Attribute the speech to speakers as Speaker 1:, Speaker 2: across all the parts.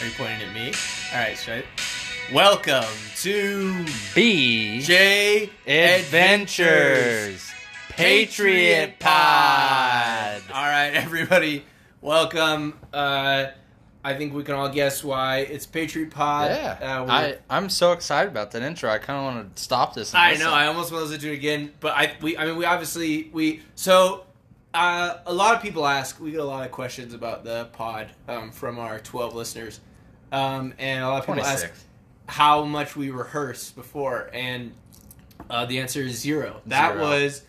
Speaker 1: Are you pointing at me? All right, so welcome to
Speaker 2: B
Speaker 1: J
Speaker 2: Adventures Patriot Pod.
Speaker 1: All right, everybody, welcome. Uh, I think we can all guess why it's Patriot Pod.
Speaker 2: Yeah,
Speaker 1: Uh, we're-
Speaker 2: I I'm so excited about that intro. I kind of want to stop this. And
Speaker 1: I
Speaker 2: listen.
Speaker 1: know. I almost want to do it again, but I we I mean we obviously we so uh, a lot of people ask. We get a lot of questions about the pod um, from our twelve listeners, um, and a lot of people ask
Speaker 2: 26.
Speaker 1: how much we rehearse before, and uh, the answer is zero. That
Speaker 2: Zero.
Speaker 1: was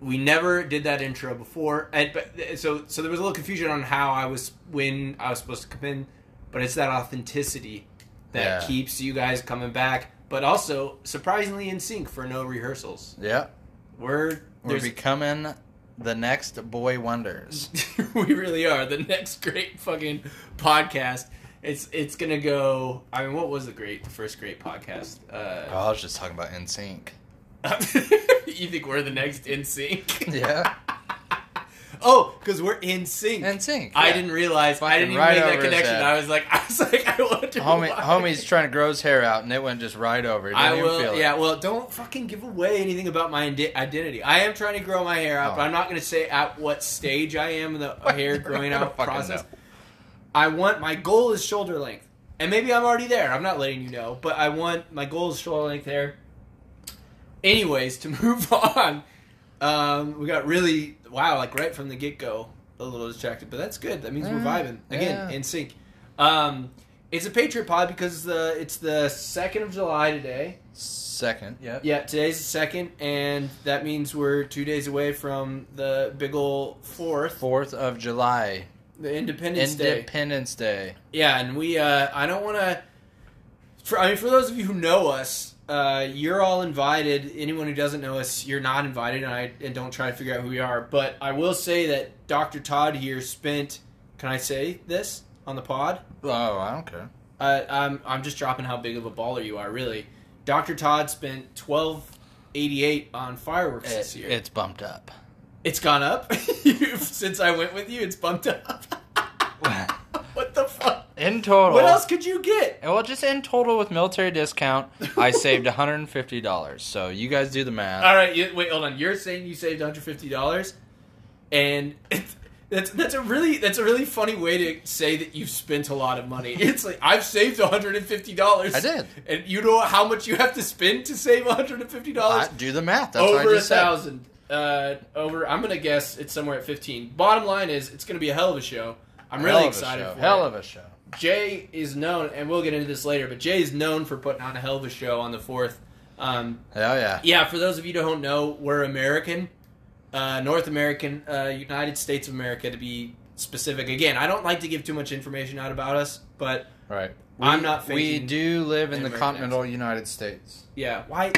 Speaker 1: we never did that intro before, and but so so there was a little confusion on how I was when I was supposed to come in, but it's that authenticity that
Speaker 2: Yeah.
Speaker 1: keeps you guys coming back, but also surprisingly in sync for no rehearsals.
Speaker 2: Yeah,
Speaker 1: We're
Speaker 2: we're
Speaker 1: there's-
Speaker 2: becoming the next boy wonders.
Speaker 1: we really are the next great fucking podcast. It's it's gonna go. I mean, what was the great the first great podcast? Uh,
Speaker 2: Oh, I was just talking about NSYNC.
Speaker 1: you think we're the next in sync?
Speaker 2: Yeah,
Speaker 1: Oh, because we're in sync.
Speaker 2: NSYNC.
Speaker 1: I
Speaker 2: yeah.
Speaker 1: didn't realize. I
Speaker 2: Fucking
Speaker 1: didn't even
Speaker 2: right
Speaker 1: make that
Speaker 2: over his
Speaker 1: connection.
Speaker 2: head.
Speaker 1: I was like, I was like, I wonder.
Speaker 2: Homie,
Speaker 1: why.
Speaker 2: homie's trying to grow his hair out, and it went just right over. It didn't
Speaker 1: I
Speaker 2: even
Speaker 1: will.
Speaker 2: Feel it.
Speaker 1: Yeah. Well, don't fucking give away anything about my indi- identity. I am trying to grow my hair out,
Speaker 2: Oh.
Speaker 1: but I'm not going to say at what stage I am in the hair
Speaker 2: You're
Speaker 1: growing
Speaker 2: gonna
Speaker 1: out
Speaker 2: fucking
Speaker 1: process.
Speaker 2: know.
Speaker 1: I want my goal is shoulder length, and maybe I'm already there. I'm not letting you know, but I want my goal is shoulder length hair. Anyways, to move on, um, we got really wow, like right from the get go, a little distracted, but that's good. That means we're
Speaker 2: Yeah,
Speaker 1: vibing again
Speaker 2: yeah.
Speaker 1: in sync. Um, it's a Patriot Pod because the it's the second of July today.
Speaker 2: Second. Yeah.
Speaker 1: Yeah, today's the second, and that means we're two days away from the big ol' fourth,
Speaker 2: Fourth of July,
Speaker 1: the Independence Day.
Speaker 2: Independence Day.
Speaker 1: Yeah, and we uh I don't want to for I mean for those of you who know us, uh you're all invited. Anyone who doesn't know us, you're not invited and I and don't try to figure out who we are, but I will say that Dr. Todd here spent can I say this on the pod?
Speaker 2: Oh, I don't care.
Speaker 1: Uh, I'm I'm just dropping how big of a baller you are, really. Dr. Todd spent 1288 on fireworks this
Speaker 2: It,
Speaker 1: year.
Speaker 2: it's bumped up.
Speaker 1: it's gone up. You've- Since I went with you, it's bumped up. what the fuck?
Speaker 2: In total.
Speaker 1: What else could you get?
Speaker 2: Well, just in total with military discount, I saved $150. So you guys do the math.
Speaker 1: All right, you, wait, hold on. You're saying you saved 150 dollars, and it's, that's that's a really that's a really funny way to say that you've spent a lot of money. It's like I've saved 150 dollars.
Speaker 2: I did.
Speaker 1: and you know how much you have to spend to save 150 dollars
Speaker 2: I- do the math. That's what I
Speaker 1: over a
Speaker 2: just said.
Speaker 1: thousand. Uh, over, I'm gonna guess it's somewhere at 15. Bottom line is, it's gonna be a hell of a show. I'm
Speaker 2: Hell
Speaker 1: really
Speaker 2: of a
Speaker 1: excited
Speaker 2: show.
Speaker 1: for
Speaker 2: Hell
Speaker 1: it.
Speaker 2: of a show.
Speaker 1: Jay is known, and we'll get into this later, but Jay is known for putting on a hell of a show on the fourth. Um,
Speaker 2: Hell yeah.
Speaker 1: yeah, for those of you who don't know, we're American, uh, North American, uh, United States of America to be specific. Again, I don't like to give too much information out about us, but
Speaker 2: Right.
Speaker 1: I'm
Speaker 2: We-
Speaker 1: not
Speaker 2: We
Speaker 1: faking
Speaker 2: do live in the
Speaker 1: American
Speaker 2: continental United States.
Speaker 1: yeah, why?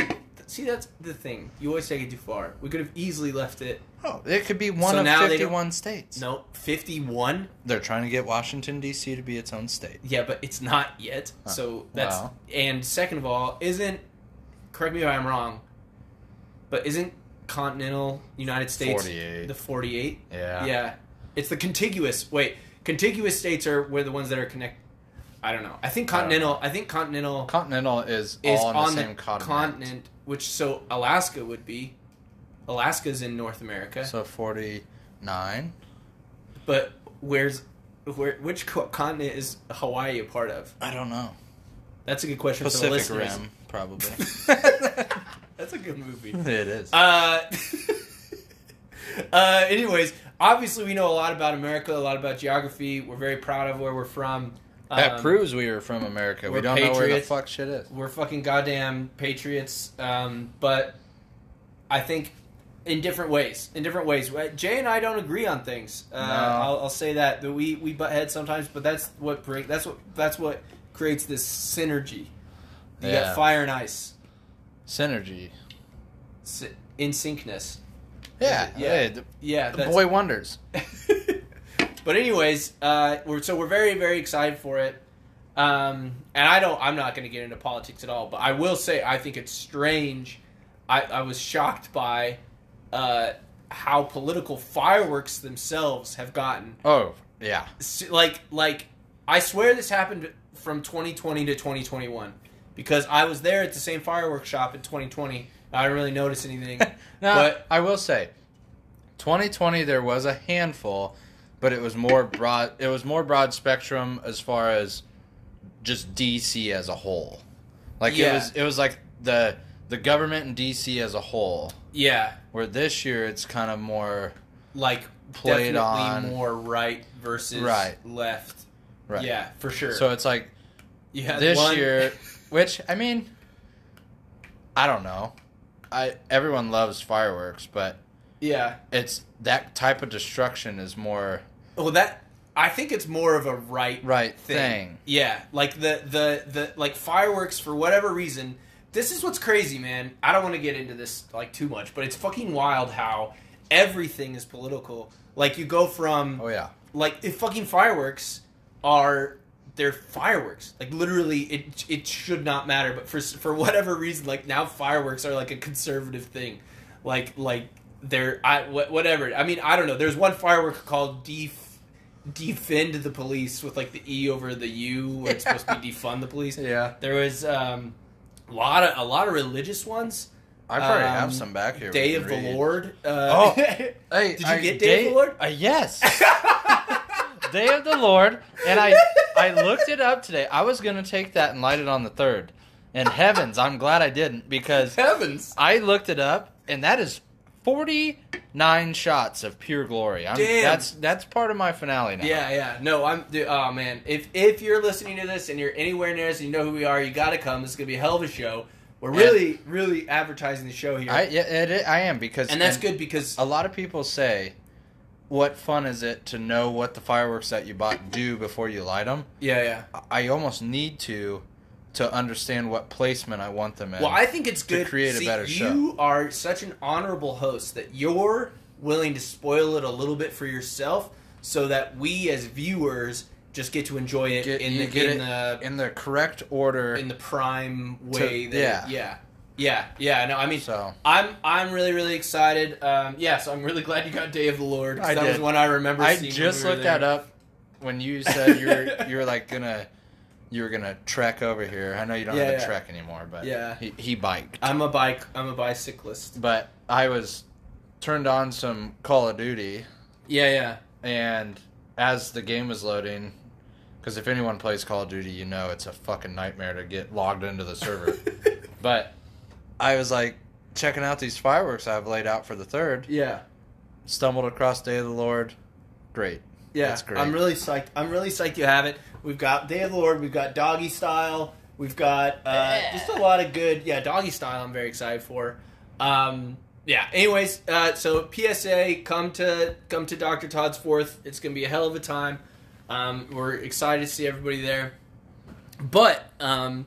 Speaker 1: See, that's the thing. You always take it too far. We could have easily left it.
Speaker 2: Oh, it could be one
Speaker 1: So
Speaker 2: of
Speaker 1: now they
Speaker 2: 51 states.
Speaker 1: No, fifty-one.
Speaker 2: They're trying to get Washington, D.C. to be its own state.
Speaker 1: Yeah, but it's not yet.
Speaker 2: Huh.
Speaker 1: So that's
Speaker 2: Wow.
Speaker 1: and second of all, isn't correct me if I'm wrong, but isn't continental United States
Speaker 2: 48.
Speaker 1: the forty-eight?
Speaker 2: Yeah.
Speaker 1: Yeah. It's the contiguous. Wait, contiguous states are where the ones that are connect. I don't know. I think
Speaker 2: I don't know.
Speaker 1: continental. I, think continental
Speaker 2: Continental is,
Speaker 1: is
Speaker 2: all on,
Speaker 1: on,
Speaker 2: the same continent.
Speaker 1: which so Alaska would be. Alaska's in North America,
Speaker 2: So 49.
Speaker 1: but where's where? Which co- continent is Hawaii a part of?
Speaker 2: I don't know.
Speaker 1: That's a good question
Speaker 2: Pacific
Speaker 1: for the listeners.
Speaker 2: Rim, probably.
Speaker 1: That's a good movie.
Speaker 2: it is.
Speaker 1: Uh, uh, anyways, obviously we know a lot about America, a lot about geography. We're very proud of where we're from.
Speaker 2: that
Speaker 1: Um,
Speaker 2: proves we are from America. We
Speaker 1: we're
Speaker 2: don't know where the
Speaker 1: patriots.
Speaker 2: fuck shit is.
Speaker 1: we're fucking goddamn patriots um, but i think in different ways in different ways Right? jay and i don't agree on things uh,
Speaker 2: No.
Speaker 1: I'll, I'll say that that we we butt heads sometimes but that's what bring, that's what that's what creates this synergy you
Speaker 2: Yeah.
Speaker 1: got fire and ice
Speaker 2: Synergy.
Speaker 1: sy- in syncness
Speaker 2: Yeah,
Speaker 1: Yeah.
Speaker 2: yeah. the,
Speaker 1: yeah
Speaker 2: the
Speaker 1: that's-
Speaker 2: boy wonders.
Speaker 1: but anyways, uh, we're so we're very very excited for it. Um, and I don't, I'm not going to get into politics at all, but I will say I think it's strange. I, I was shocked by uh, how political fireworks themselves have gotten.
Speaker 2: Oh, yeah.
Speaker 1: S- Like like I swear this happened from 2020 to 2021 because I was there at the same fireworks shop in 2020. I didn't really notice anything.
Speaker 2: Now,
Speaker 1: But-
Speaker 2: I will say, 2020 there was a handful, but it was more broad. It was more broad spectrum as far as just DC as a whole. Like it
Speaker 1: Yeah.
Speaker 2: was, it was like the the government and DC as a whole.
Speaker 1: yeah,
Speaker 2: Where this year it's kind of more
Speaker 1: like
Speaker 2: Played
Speaker 1: definitely
Speaker 2: on-
Speaker 1: more right versus
Speaker 2: Right.
Speaker 1: left.
Speaker 2: right.
Speaker 1: Yeah, for sure.
Speaker 2: So it's like
Speaker 1: you had
Speaker 2: this
Speaker 1: one-
Speaker 2: year, which I mean, I don't know. I everyone loves fireworks, but
Speaker 1: yeah.
Speaker 2: it's that type of destruction is more
Speaker 1: Well, that I think it's more of a right
Speaker 2: right
Speaker 1: thing.
Speaker 2: thing.
Speaker 1: Yeah, like the the the like fireworks for whatever reason. This is what's crazy, man. I don't want to get into this like too much, but it's fucking wild how everything is political. Like you go from
Speaker 2: Oh yeah.
Speaker 1: like if fucking fireworks are they're fireworks. Like literally it it should not matter, but for for whatever reason like now fireworks are like a conservative thing. Like like they're I wh- whatever. I mean, I don't know. There's one firework called def defend the police with like the e over the u where it's supposed to be defund the police.
Speaker 2: Yeah.
Speaker 1: There was um a lot of a lot of religious ones.
Speaker 2: I probably
Speaker 1: Um,
Speaker 2: have some back here. we
Speaker 1: Day
Speaker 2: can
Speaker 1: of the
Speaker 2: read.
Speaker 1: Lord. Uh,
Speaker 2: Hey,
Speaker 1: Did you
Speaker 2: I-
Speaker 1: get Day of the Lord?
Speaker 2: Uh, yes. Day of the Lord. And I I looked it up today. I was gonna take that and light it on the third. And heavens, I'm glad I didn't because
Speaker 1: heavens.
Speaker 2: I looked it up and that is forty nine shots of pure glory. I'm,
Speaker 1: Damn.
Speaker 2: That's that's part of my finale now.
Speaker 1: Yeah, yeah. No, I'm. Dude, oh man, if if you're listening to this and you're anywhere near us and you know who we are, you gotta come. This is gonna be a hell of a show. We're really, really advertising the show here,
Speaker 2: I yeah, it, it- I am because
Speaker 1: and that's good because
Speaker 2: A lot of people say, "What fun is it to know what the fireworks that you bought do before you light them?"
Speaker 1: yeah, yeah.
Speaker 2: I almost need to to understand what placement I want them in.
Speaker 1: Well, I think it's good.
Speaker 2: create a
Speaker 1: See,
Speaker 2: better show.
Speaker 1: You are such an honorable host that you're willing to spoil it a little bit for yourself, so that we as viewers just get to enjoy it
Speaker 2: Get-
Speaker 1: in
Speaker 2: you
Speaker 1: the
Speaker 2: get
Speaker 1: in
Speaker 2: it
Speaker 1: the
Speaker 2: in the correct order.
Speaker 1: in the prime way.
Speaker 2: To-
Speaker 1: that, yeah, yeah, yeah, yeah. No, I mean,
Speaker 2: so
Speaker 1: I'm I'm really really excited. Um, yeah, so I'm really glad you got Day of the Lord. 'cause
Speaker 2: I
Speaker 1: that was
Speaker 2: did.
Speaker 1: one I remember.
Speaker 2: I
Speaker 1: seeing
Speaker 2: just
Speaker 1: when we
Speaker 2: looked
Speaker 1: were
Speaker 2: that
Speaker 1: there.
Speaker 2: up when you said you were you were like gonna you were gonna trek over here. I know you don't
Speaker 1: Yeah,
Speaker 2: have a
Speaker 1: yeah.
Speaker 2: trek anymore, but
Speaker 1: Yeah.
Speaker 2: he, he biked.
Speaker 1: I'm a bike. I'm a bicyclist.
Speaker 2: But I was turned on some Call of Duty
Speaker 1: Yeah, yeah,
Speaker 2: and as the game was loading because if anyone plays call of duty you know it's a fucking nightmare to get logged into the server but i was like checking out these fireworks i've laid out for the third
Speaker 1: yeah,
Speaker 2: stumbled across day of the lord great
Speaker 1: yeah.
Speaker 2: That's great.
Speaker 1: I'm really psyched. I'm really psyched you have it. We've got Day of the Lord. We've got Doggy Style. We've got uh,
Speaker 2: Yeah.
Speaker 1: just a lot of good. Yeah, Doggy Style. I'm very excited for. Um, yeah. Anyways, uh, so PSA, come to come to Dr. Todd's Fourth. It's gonna be a hell of a time. Um, we're excited to see everybody there. But um,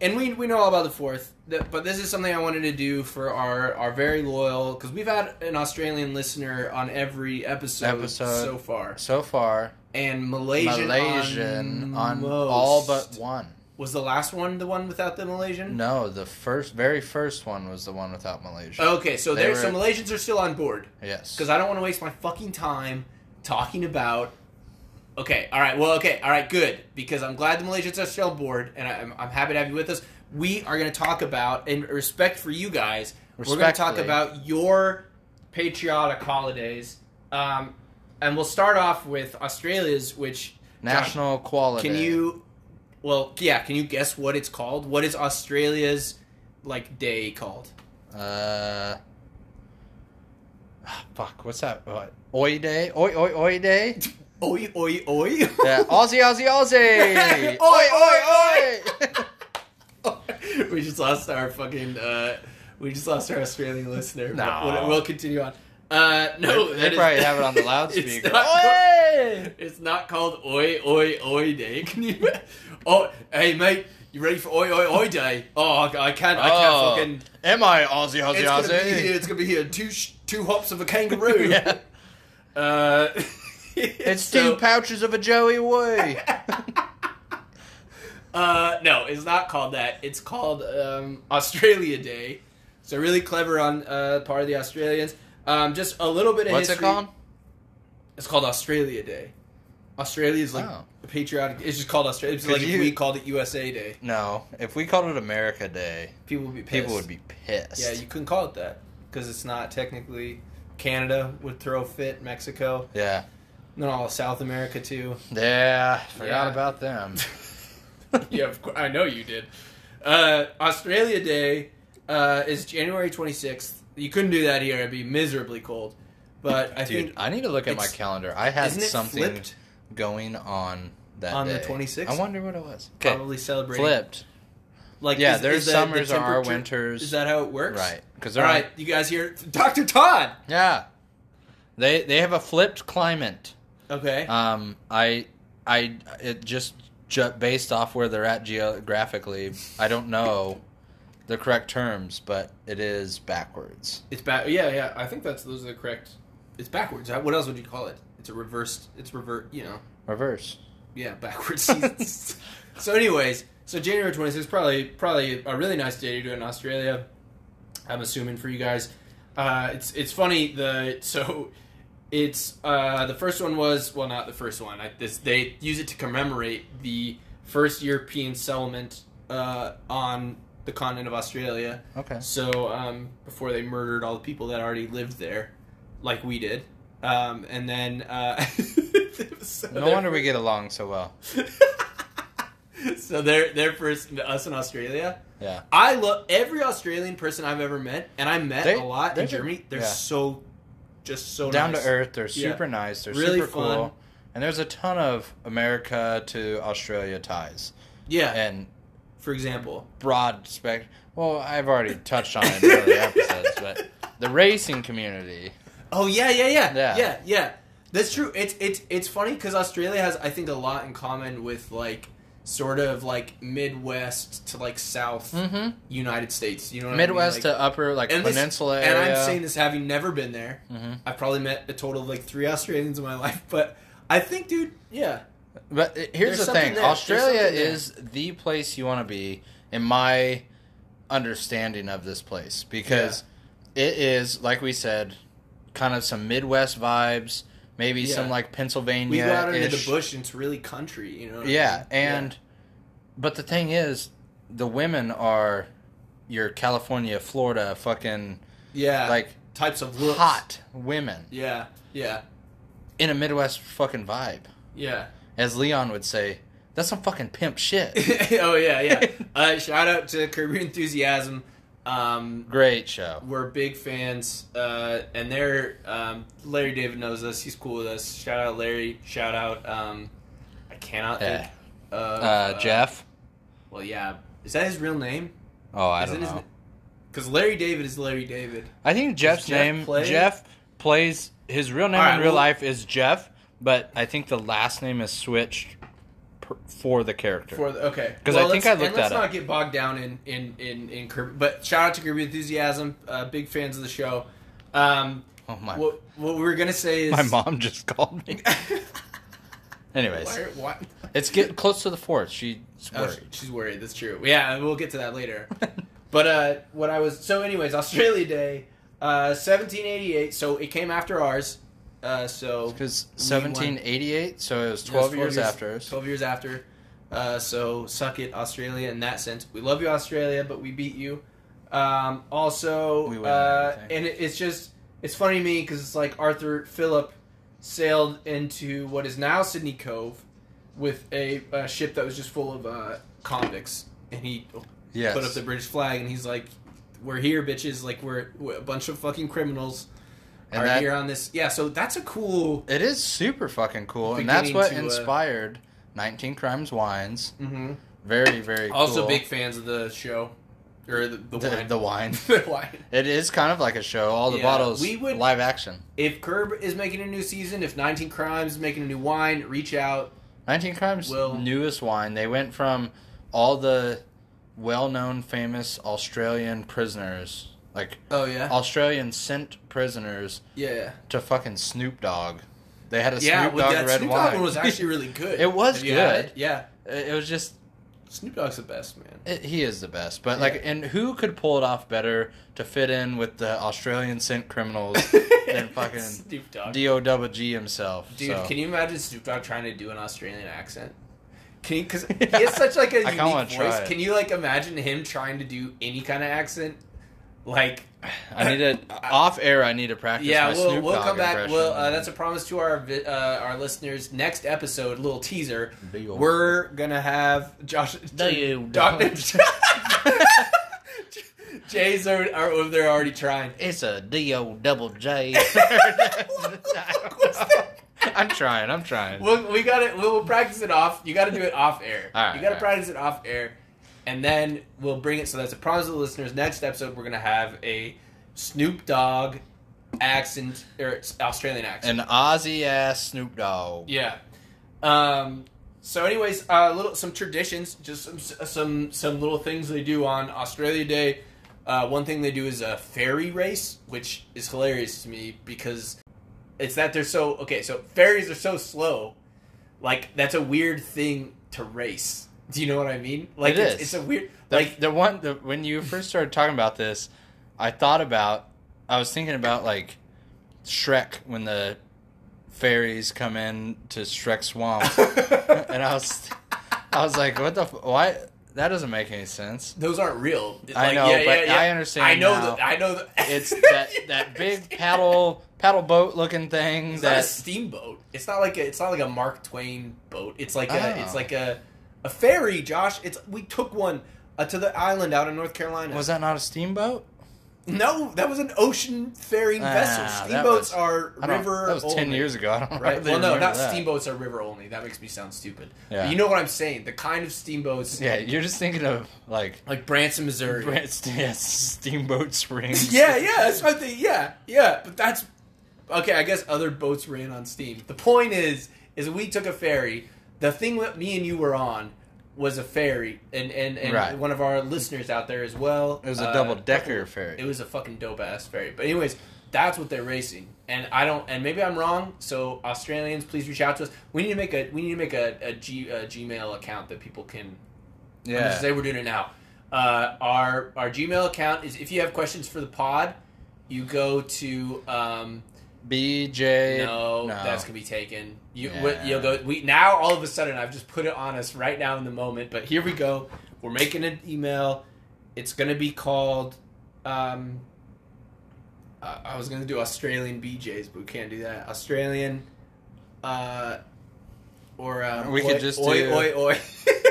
Speaker 1: and we we know all about the fourth, th- but this is something I wanted to do for our our very loyal because we've had an Australian listener on every episode,
Speaker 2: Episode.
Speaker 1: so far,
Speaker 2: so far
Speaker 1: and Malaysian,
Speaker 2: malaysian on,
Speaker 1: most.
Speaker 2: all but one
Speaker 1: was the last one the one without the Malaysian.
Speaker 2: no the first very first one was the one without malaysia
Speaker 1: Okay, so
Speaker 2: They
Speaker 1: there, so
Speaker 2: were-
Speaker 1: Malaysians are still on board
Speaker 2: yes
Speaker 1: because Oh, I don't want to waste my fucking time talking about. Okay, all right, well, okay, all right, good because I'm glad the Malaysians are still on board, and I- I'm, I'm happy to have you with us. We are going to talk about in respect for you guys. We're going to talk
Speaker 2: Respectfully.
Speaker 1: about your patriotic holidays, um, and we'll start off with Australia's, which Josh,
Speaker 2: national quality
Speaker 1: can you? Well, yeah, can you guess what it's called? What is Australia's like day called?
Speaker 2: Uh, ah, fuck, what's that? What? Oi day? Oi, oi, oi day?
Speaker 1: Oi, oi, oi!
Speaker 2: Yeah, Aussie, Aussie, Aussie!
Speaker 1: Oi,
Speaker 2: oi, oi!
Speaker 1: we just lost our fucking. Uh, we just lost our Australian listener.
Speaker 2: No.
Speaker 1: But we'll, we'll continue on. Uh, no,
Speaker 2: They- they
Speaker 1: that is-
Speaker 2: probably have it on the
Speaker 1: it's
Speaker 2: loudspeaker.
Speaker 1: not
Speaker 2: Oi!
Speaker 1: called- It's not called Oi Oi Oi Day. Can you? Oh, hey mate, you ready for Oi Oi Oi Day? Oh, I, I can't. I can't
Speaker 2: Oh,
Speaker 1: fucking.
Speaker 2: Am I Aussie, Aussie,
Speaker 1: It's gonna be here.
Speaker 2: Aussie?
Speaker 1: It's gonna be here. Two sh- two hops of a kangaroo.
Speaker 2: yeah.
Speaker 1: Uh,
Speaker 2: It's
Speaker 1: so-
Speaker 2: two pouches of a Joey Way.
Speaker 1: Uh, no, it's not called that. It's called um, Australia Day. So really clever on uh, part of the Australians. Um, just a little bit of
Speaker 2: What's it
Speaker 1: history.
Speaker 2: called?
Speaker 1: It's called Australia Day. Australia's like
Speaker 2: Oh.
Speaker 1: a patriotic. It's just called Australia. It's
Speaker 2: Could
Speaker 1: like if
Speaker 2: you-
Speaker 1: we called it USA Day,
Speaker 2: No, if we called it America Day,
Speaker 1: people would be pissed.
Speaker 2: people would be pissed.
Speaker 1: Yeah, you couldn't call it that because it's not technically. Canada would throw a fit. Mexico,
Speaker 2: yeah,
Speaker 1: and then all of South America too.
Speaker 2: yeah. Forgot
Speaker 1: Yeah.
Speaker 2: about them.
Speaker 1: yeah, of course, I know you did. Uh, Australia Day uh, is January 26th. You couldn't do that here; it'd be miserably cold. But I
Speaker 2: Dude,
Speaker 1: think
Speaker 2: I need to look at my
Speaker 1: it's-
Speaker 2: calendar. I had
Speaker 1: isn't it
Speaker 2: something
Speaker 1: flipped?
Speaker 2: going on that
Speaker 1: On the
Speaker 2: day.
Speaker 1: 26th?
Speaker 2: I wonder what it was. 'Kay.
Speaker 1: probably celebrating
Speaker 2: flipped.
Speaker 1: Like
Speaker 2: yeah,
Speaker 1: is-
Speaker 2: their
Speaker 1: is the- the
Speaker 2: summers are our
Speaker 1: temperature-
Speaker 2: winters.
Speaker 1: Is that how it works?
Speaker 2: right? Because
Speaker 1: All
Speaker 2: they're
Speaker 1: right, you guys hear Dr. Todd.
Speaker 2: yeah. They they have a flipped climate.
Speaker 1: Okay.
Speaker 2: Um, I I it just ju- based off where they're at geographically. I don't know the correct terms, but it is backwards.
Speaker 1: It's back. Yeah, yeah. I think that's those are the correct. It's backwards. What else would you call it? It's a reversed. It's revert. You know.
Speaker 2: Reverse.
Speaker 1: Yeah, backwards seasons. so, anyways, so January 26th probably probably a really nice day to do it in Australia. I'm assuming for you guys. Uh, it's it's funny the so it's uh, the first one was well not the first one. I, this they use it to commemorate the first European settlement uh, on the continent of Australia.
Speaker 2: Okay.
Speaker 1: So um, before they murdered all the people that already lived there, like we did, um, and then uh, so
Speaker 2: No
Speaker 1: their-
Speaker 2: wonder we get along so well.
Speaker 1: so they're they're first us in Australia.
Speaker 2: Yeah.
Speaker 1: I love every Australian person I've ever met, and I met
Speaker 2: They-
Speaker 1: a lot
Speaker 2: they're
Speaker 1: in
Speaker 2: ju-
Speaker 1: Germany. They're
Speaker 2: yeah.
Speaker 1: so just so
Speaker 2: Down
Speaker 1: nice.
Speaker 2: to earth. They're
Speaker 1: Yeah.
Speaker 2: super nice. They're
Speaker 1: Really
Speaker 2: super
Speaker 1: fun.
Speaker 2: cool. And there's a ton of America to Australia ties
Speaker 1: Yeah,
Speaker 2: and
Speaker 1: for example,
Speaker 2: broad spec. Well, I've already touched on it in earlier episodes, but the racing community.
Speaker 1: Oh yeah, yeah, yeah,
Speaker 2: Yeah.
Speaker 1: yeah, yeah. That's true. It's it's it's funny because Australia has I think a lot in common with like sort of like Midwest to like South
Speaker 2: Mm-hmm.
Speaker 1: United States. You know, what
Speaker 2: Midwest
Speaker 1: I mean? Like-
Speaker 2: to upper like
Speaker 1: and this-
Speaker 2: peninsula
Speaker 1: and
Speaker 2: area.
Speaker 1: I'm saying this having never been there.
Speaker 2: Mhm.
Speaker 1: I've probably met a total of like three Australians in my life, but I think, dude, yeah,
Speaker 2: But uh, here's
Speaker 1: There's
Speaker 2: the
Speaker 1: something
Speaker 2: thing:
Speaker 1: there. There's
Speaker 2: Australia
Speaker 1: something there.
Speaker 2: is the place you want to be, in my understanding of this place, because it is, like we said, kind of some Midwest vibes, maybe
Speaker 1: Yeah.
Speaker 2: some like Pennsylvania.
Speaker 1: we go out into the bush and it's really country. You know, what I
Speaker 2: Yeah,
Speaker 1: mean?
Speaker 2: and but the thing is, the women are your California, Florida, fucking
Speaker 1: yeah,
Speaker 2: like
Speaker 1: types of looks.
Speaker 2: hot women
Speaker 1: Yeah, yeah,
Speaker 2: in a Midwest fucking vibe,
Speaker 1: yeah.
Speaker 2: as Leon would say. That's some fucking pimp shit.
Speaker 1: oh yeah, yeah. Uh, shout out to Curb Your Enthusiasm. Um,
Speaker 2: Great show.
Speaker 1: we're big fans, uh, and they're um, Larry David knows us. He's cool with us. Shout out Larry. Shout out. Um, I cannot
Speaker 2: Yeah.
Speaker 1: think. Uh,
Speaker 2: Uh, Jeff.
Speaker 1: Well, yeah. Is that his real name?
Speaker 2: Oh, I
Speaker 1: is
Speaker 2: don't
Speaker 1: it his
Speaker 2: know.
Speaker 1: Because Larry David is Larry David.
Speaker 2: I think Jeff's
Speaker 1: Jeff
Speaker 2: name.
Speaker 1: play?
Speaker 2: Jeff plays his real name
Speaker 1: All right,
Speaker 2: in real
Speaker 1: well-
Speaker 2: life is Jeff, but I think the last name is switched per, for the character.
Speaker 1: For the, okay,
Speaker 2: 'Cause I think
Speaker 1: let's-
Speaker 2: I looked
Speaker 1: and let's
Speaker 2: that up.
Speaker 1: not get bogged down in in in, in Curb, but shout out to Curb Your Enthusiasm. Uh, big fans of the show. Um,
Speaker 2: oh my!
Speaker 1: what what we were gonna say is
Speaker 2: My mom just called me. Anyways,
Speaker 1: Why, why,
Speaker 2: it's getting close to the fourth. She's
Speaker 1: Oh,
Speaker 2: worried.
Speaker 1: she's worried. That's true. Yeah, we'll get to that later. but uh, what I was so, anyways, Australia Day, uh, 1788. So it came after ours. Uh, so
Speaker 2: Because
Speaker 1: We won.
Speaker 2: 1788, so it was 12 years after. us.
Speaker 1: Twelve years after. Uh, so suck it, Australia. In that sense, we love you, Australia, but we beat you. Um, also,
Speaker 2: We win
Speaker 1: uh,
Speaker 2: everything.
Speaker 1: and it, it's just it's funny to me because it's like Arthur Phillip sailed into what is now Sydney Cove with a, uh ship that was just full of uh, convicts, and he
Speaker 2: Yes.
Speaker 1: put up the British flag, and he's like, "We're here, bitches! Like we're, we're a bunch of fucking criminals
Speaker 2: And
Speaker 1: are
Speaker 2: that-
Speaker 1: here on this." Yeah, so that's a cool.
Speaker 2: It is super fucking cool, and that's
Speaker 1: Beginning
Speaker 2: what
Speaker 1: to, uh,
Speaker 2: inspired 19 Crimes Wines.
Speaker 1: Mm-hmm.
Speaker 2: Very, very cool.
Speaker 1: Also, big fans of the show or the, the
Speaker 2: the,
Speaker 1: wine.
Speaker 2: the wine.
Speaker 1: The wine.
Speaker 2: It is kind of like a show. All the
Speaker 1: Yeah,
Speaker 2: bottles,
Speaker 1: we would-
Speaker 2: live action.
Speaker 1: If Curb is making a new season, if 19 Crimes is making a new wine, reach out.
Speaker 2: Nineteen Crimes
Speaker 1: Well-
Speaker 2: newest wine. They went from all the well-known, famous Australian prisoners, like
Speaker 1: Oh yeah,
Speaker 2: Australian sent prisoners,
Speaker 1: yeah,
Speaker 2: to fucking Snoop Dogg. They had a
Speaker 1: yeah.
Speaker 2: Snoop
Speaker 1: well,
Speaker 2: Dogg
Speaker 1: that
Speaker 2: red
Speaker 1: Snoop Dogg
Speaker 2: wine.
Speaker 1: one was actually really good.
Speaker 2: It was
Speaker 1: Have you had
Speaker 2: good.
Speaker 1: it? Yeah,
Speaker 2: it it was just
Speaker 1: Snoop Dogg's the best, man.
Speaker 2: It, he is the best, but like,
Speaker 1: Yeah.
Speaker 2: and who could pull it off better to fit in with the Australian scent criminals than fucking
Speaker 1: Snoop Dogg.
Speaker 2: D O double G himself?
Speaker 1: Dude,
Speaker 2: so.
Speaker 1: can you imagine Snoop Dogg trying to do an Australian accent? Can you? Because he has such like a
Speaker 2: I
Speaker 1: unique
Speaker 2: kinda wanna
Speaker 1: voice.
Speaker 2: try it.
Speaker 1: Can you like imagine him trying to do any kind of accent? Like,
Speaker 2: I need to off air. I need to practice.
Speaker 1: yeah,
Speaker 2: my
Speaker 1: we'll
Speaker 2: Snoop
Speaker 1: we'll
Speaker 2: Dogg
Speaker 1: come back.
Speaker 2: impression.
Speaker 1: We'll uh, that's a promise to our vi- uh, our listeners. Next episode, little teaser.
Speaker 2: Deal.
Speaker 1: We're gonna have Josh,
Speaker 2: Deal.
Speaker 1: Doctor Jay's are, are over there already trying.
Speaker 2: It's a D O double J.
Speaker 1: What the fuck was that?
Speaker 2: I'm trying. I'm trying.
Speaker 1: We'll, we got to We'll practice it off. You got to do it off air.
Speaker 2: All right,
Speaker 1: you got to
Speaker 2: all right.
Speaker 1: practice it off air, and then we'll bring it. So that's a promise to the listeners. Next episode, we're gonna have a Snoop Dogg accent or Australian accent.
Speaker 2: An Aussie ass Snoop Dogg.
Speaker 1: yeah. Um. So, anyways, uh, little some traditions, just some some some little things they do on Australia Day. Uh, one thing they do is a ferry race, which is hilarious to me because it's that they're so okay. So ferries are so slow, like that's a weird thing to race. Do you know what I mean? Like
Speaker 2: It
Speaker 1: it's,
Speaker 2: is.
Speaker 1: it's a weird
Speaker 2: The,
Speaker 1: like
Speaker 2: the one the, when you first started talking about this, I thought about. I was thinking about like Shrek when the fairies come in to Shrek Swamp, and I was, I was like, what the f- why? That doesn't make any sense.
Speaker 1: those aren't real.
Speaker 2: I
Speaker 1: Like,
Speaker 2: know,
Speaker 1: yeah,
Speaker 2: but
Speaker 1: yeah, yeah.
Speaker 2: I understand
Speaker 1: I know
Speaker 2: now.
Speaker 1: that. I know that.
Speaker 2: It's that that big paddle paddle boat looking thing
Speaker 1: It's not a
Speaker 2: that
Speaker 1: steamboat. It's not like a, it's not like a Mark Twain boat. It's like a
Speaker 2: Oh.
Speaker 1: it's like a a ferry, Josh. It's we took one uh, to the island out in North Carolina.
Speaker 2: was that not a steamboat?
Speaker 1: no, that was an ocean ferrying
Speaker 2: Ah,
Speaker 1: vessel.
Speaker 2: that
Speaker 1: Steamboats
Speaker 2: was-
Speaker 1: are
Speaker 2: I don't-
Speaker 1: river.
Speaker 2: that was ten
Speaker 1: only,
Speaker 2: years ago. I don't
Speaker 1: Right.
Speaker 2: hardly
Speaker 1: Well, no,
Speaker 2: remember
Speaker 1: not
Speaker 2: that.
Speaker 1: steamboats are river only. That makes me sound stupid.
Speaker 2: Yeah.
Speaker 1: But you know what I'm saying? The kind of steamboats,
Speaker 2: Yeah, you're just thinking of like
Speaker 1: like Branson, Missouri.
Speaker 2: Brand- yeah, Steamboat Springs.
Speaker 1: yeah, yeah, that's my thing. Yeah, yeah, but that's okay. I guess other boats ran on steam. The point is, is we took a ferry. The thing that me and you were on was a ferry, and and, and
Speaker 2: Right.
Speaker 1: one of our listeners out there as well.
Speaker 2: It was a
Speaker 1: uh,
Speaker 2: double decker ferry.
Speaker 1: It was a fucking dope ass ferry. But anyways, that's what they're racing, and I don't. And maybe I'm wrong. So Australians, please reach out to us. We need to make a we need to make a, a, G, a Gmail account that people can I'm
Speaker 2: yeah.
Speaker 1: just say we're doing it now. Uh, our our Gmail account is if you have questions for the pod, you go to um,
Speaker 2: BJ.
Speaker 1: no, that's gonna be taken. You
Speaker 2: Yeah.
Speaker 1: you'll go we now all of a sudden I've just put it on us right now in the moment. But here we go. We're making an email. It's gonna be called. Um, uh, I was gonna do Australian BJ's, but we can't do that. Australian. Uh, or um,
Speaker 2: We could
Speaker 1: oi-
Speaker 2: just
Speaker 1: oi,
Speaker 2: do-
Speaker 1: oi oi.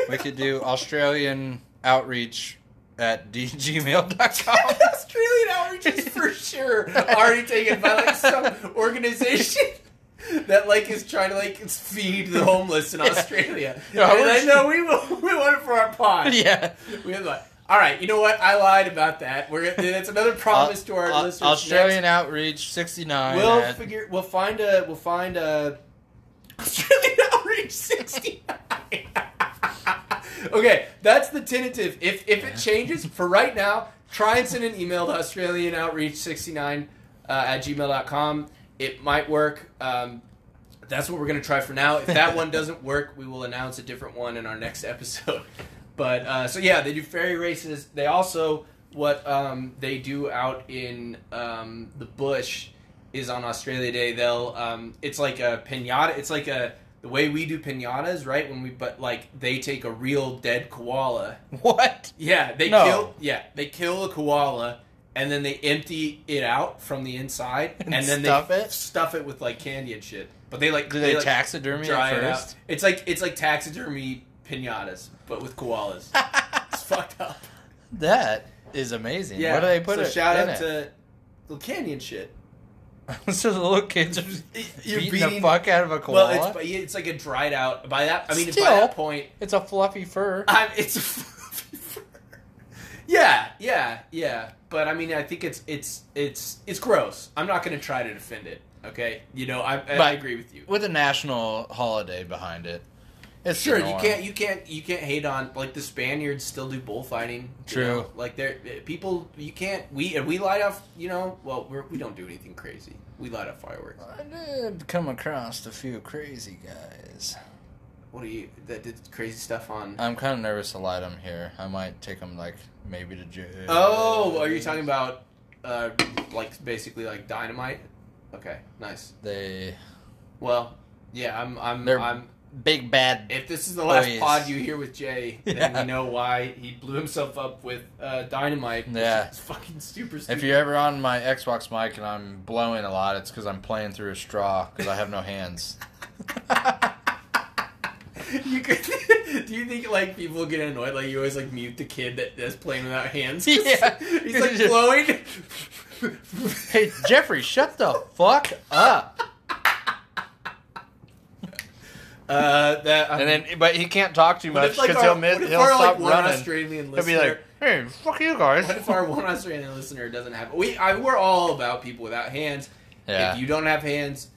Speaker 2: we could do Australian outreach at dgmail.com.
Speaker 1: Australian outreach is for sure already taken by like some organization that like is trying to like feed the homeless in
Speaker 2: Yeah.
Speaker 1: Australia.
Speaker 2: No,
Speaker 1: and
Speaker 2: we're-
Speaker 1: I know we wa- we want it for our pod.
Speaker 2: yeah.
Speaker 1: We have like, all right, you know what? I lied about that. We're that's another promise to our
Speaker 2: Au-
Speaker 1: listeners.
Speaker 2: Australian outreach 69.
Speaker 1: Next, we'll
Speaker 2: at-
Speaker 1: figure. We'll find a. We'll find a. Australian outreach sixty nine. okay, that's the tentative. If if it changes for right now, try and send an email to Australian Outreach sixty nine uh, at gmail.com. It might work. Um, that's what we're gonna try for now. If that one doesn't work, we will announce a different one in our next episode. But uh, so yeah, they do ferry races. They also what um, they do out in um, the bush is on Australia Day. They'll um, it's like a pinata. It's like a the way we do pinatas, right? When we but like they take a real dead koala.
Speaker 2: what?
Speaker 1: Yeah, they
Speaker 2: No.
Speaker 1: kill. Yeah, they kill a koala and then they empty it out from the inside
Speaker 2: And
Speaker 1: and, then
Speaker 2: stuff
Speaker 1: they
Speaker 2: it?
Speaker 1: stuff it with like candy and shit. But they like
Speaker 2: Do they,
Speaker 1: like,
Speaker 2: taxidermy
Speaker 1: dry
Speaker 2: at
Speaker 1: it
Speaker 2: first?
Speaker 1: out. It's like it's like taxidermy pinatas, but with koalas. it's fucked up.
Speaker 2: that is amazing.
Speaker 1: Yeah.
Speaker 2: What do they put
Speaker 1: so
Speaker 2: it
Speaker 1: shout
Speaker 2: in
Speaker 1: out
Speaker 2: it?
Speaker 1: to little candy and shit.
Speaker 2: so the little kids are just
Speaker 1: You're
Speaker 2: beating, the
Speaker 1: beating-
Speaker 2: fuck out of a koala.
Speaker 1: Well, it's but yeah, it's like a dried out. By that, I mean
Speaker 2: Still.
Speaker 1: by that point,
Speaker 2: it's a fluffy fur.
Speaker 1: I'm, it's yeah, yeah, yeah. But I mean, I think it's it's it's it's gross. I'm not going to try to defend it. Okay, you know, I, I,
Speaker 2: But-
Speaker 1: agree with you.
Speaker 2: with a national holiday behind it. It's
Speaker 1: Sure,
Speaker 2: the
Speaker 1: you
Speaker 2: norm.
Speaker 1: can't you can't you can't hate on like the Spaniards still do bullfighting. you
Speaker 2: True.
Speaker 1: know? Like they're eh, people you can't we and we light off you know well we're, we don't do anything crazy. We light off fireworks.
Speaker 2: I did come across a few crazy guys.
Speaker 1: What are you that did crazy stuff on?
Speaker 2: I'm kind of nervous to light them here. I might take them like maybe to jail.
Speaker 1: Oh, are you talking about uh, like basically like dynamite? Okay, nice.
Speaker 2: They
Speaker 1: Well, yeah, I'm I'm
Speaker 2: They're-
Speaker 1: I'm.
Speaker 2: big bad.
Speaker 1: If this is the last
Speaker 2: Boys.
Speaker 1: pod you hear with Jay, then
Speaker 2: Yeah.
Speaker 1: we know why he blew himself up with uh, dynamite. which
Speaker 2: Yeah.
Speaker 1: is fucking super. Stupid.
Speaker 2: If you're ever on my Xbox mic and I'm blowing a lot, it's because I'm playing through a straw because I have no hands.
Speaker 1: You could, do you think like people get annoyed? Like you always like mute the kid that, that's playing without hands. 'Cause
Speaker 2: Yeah.
Speaker 1: he's like blowing.
Speaker 2: hey Jeffrey, shut the fuck up.
Speaker 1: uh, that
Speaker 2: And then, but he can't talk too
Speaker 1: what
Speaker 2: much
Speaker 1: if, like,
Speaker 2: because
Speaker 1: our-
Speaker 2: he'll mi-
Speaker 1: what if
Speaker 2: he'll
Speaker 1: our, like,
Speaker 2: stop
Speaker 1: one
Speaker 2: running.
Speaker 1: Australian
Speaker 2: He'll
Speaker 1: listener.
Speaker 2: be like, "Hey, fuck you guys."
Speaker 1: what if our one Australian listener doesn't have? We I, we're all about people without hands.
Speaker 2: yeah.
Speaker 1: If you don't have hands,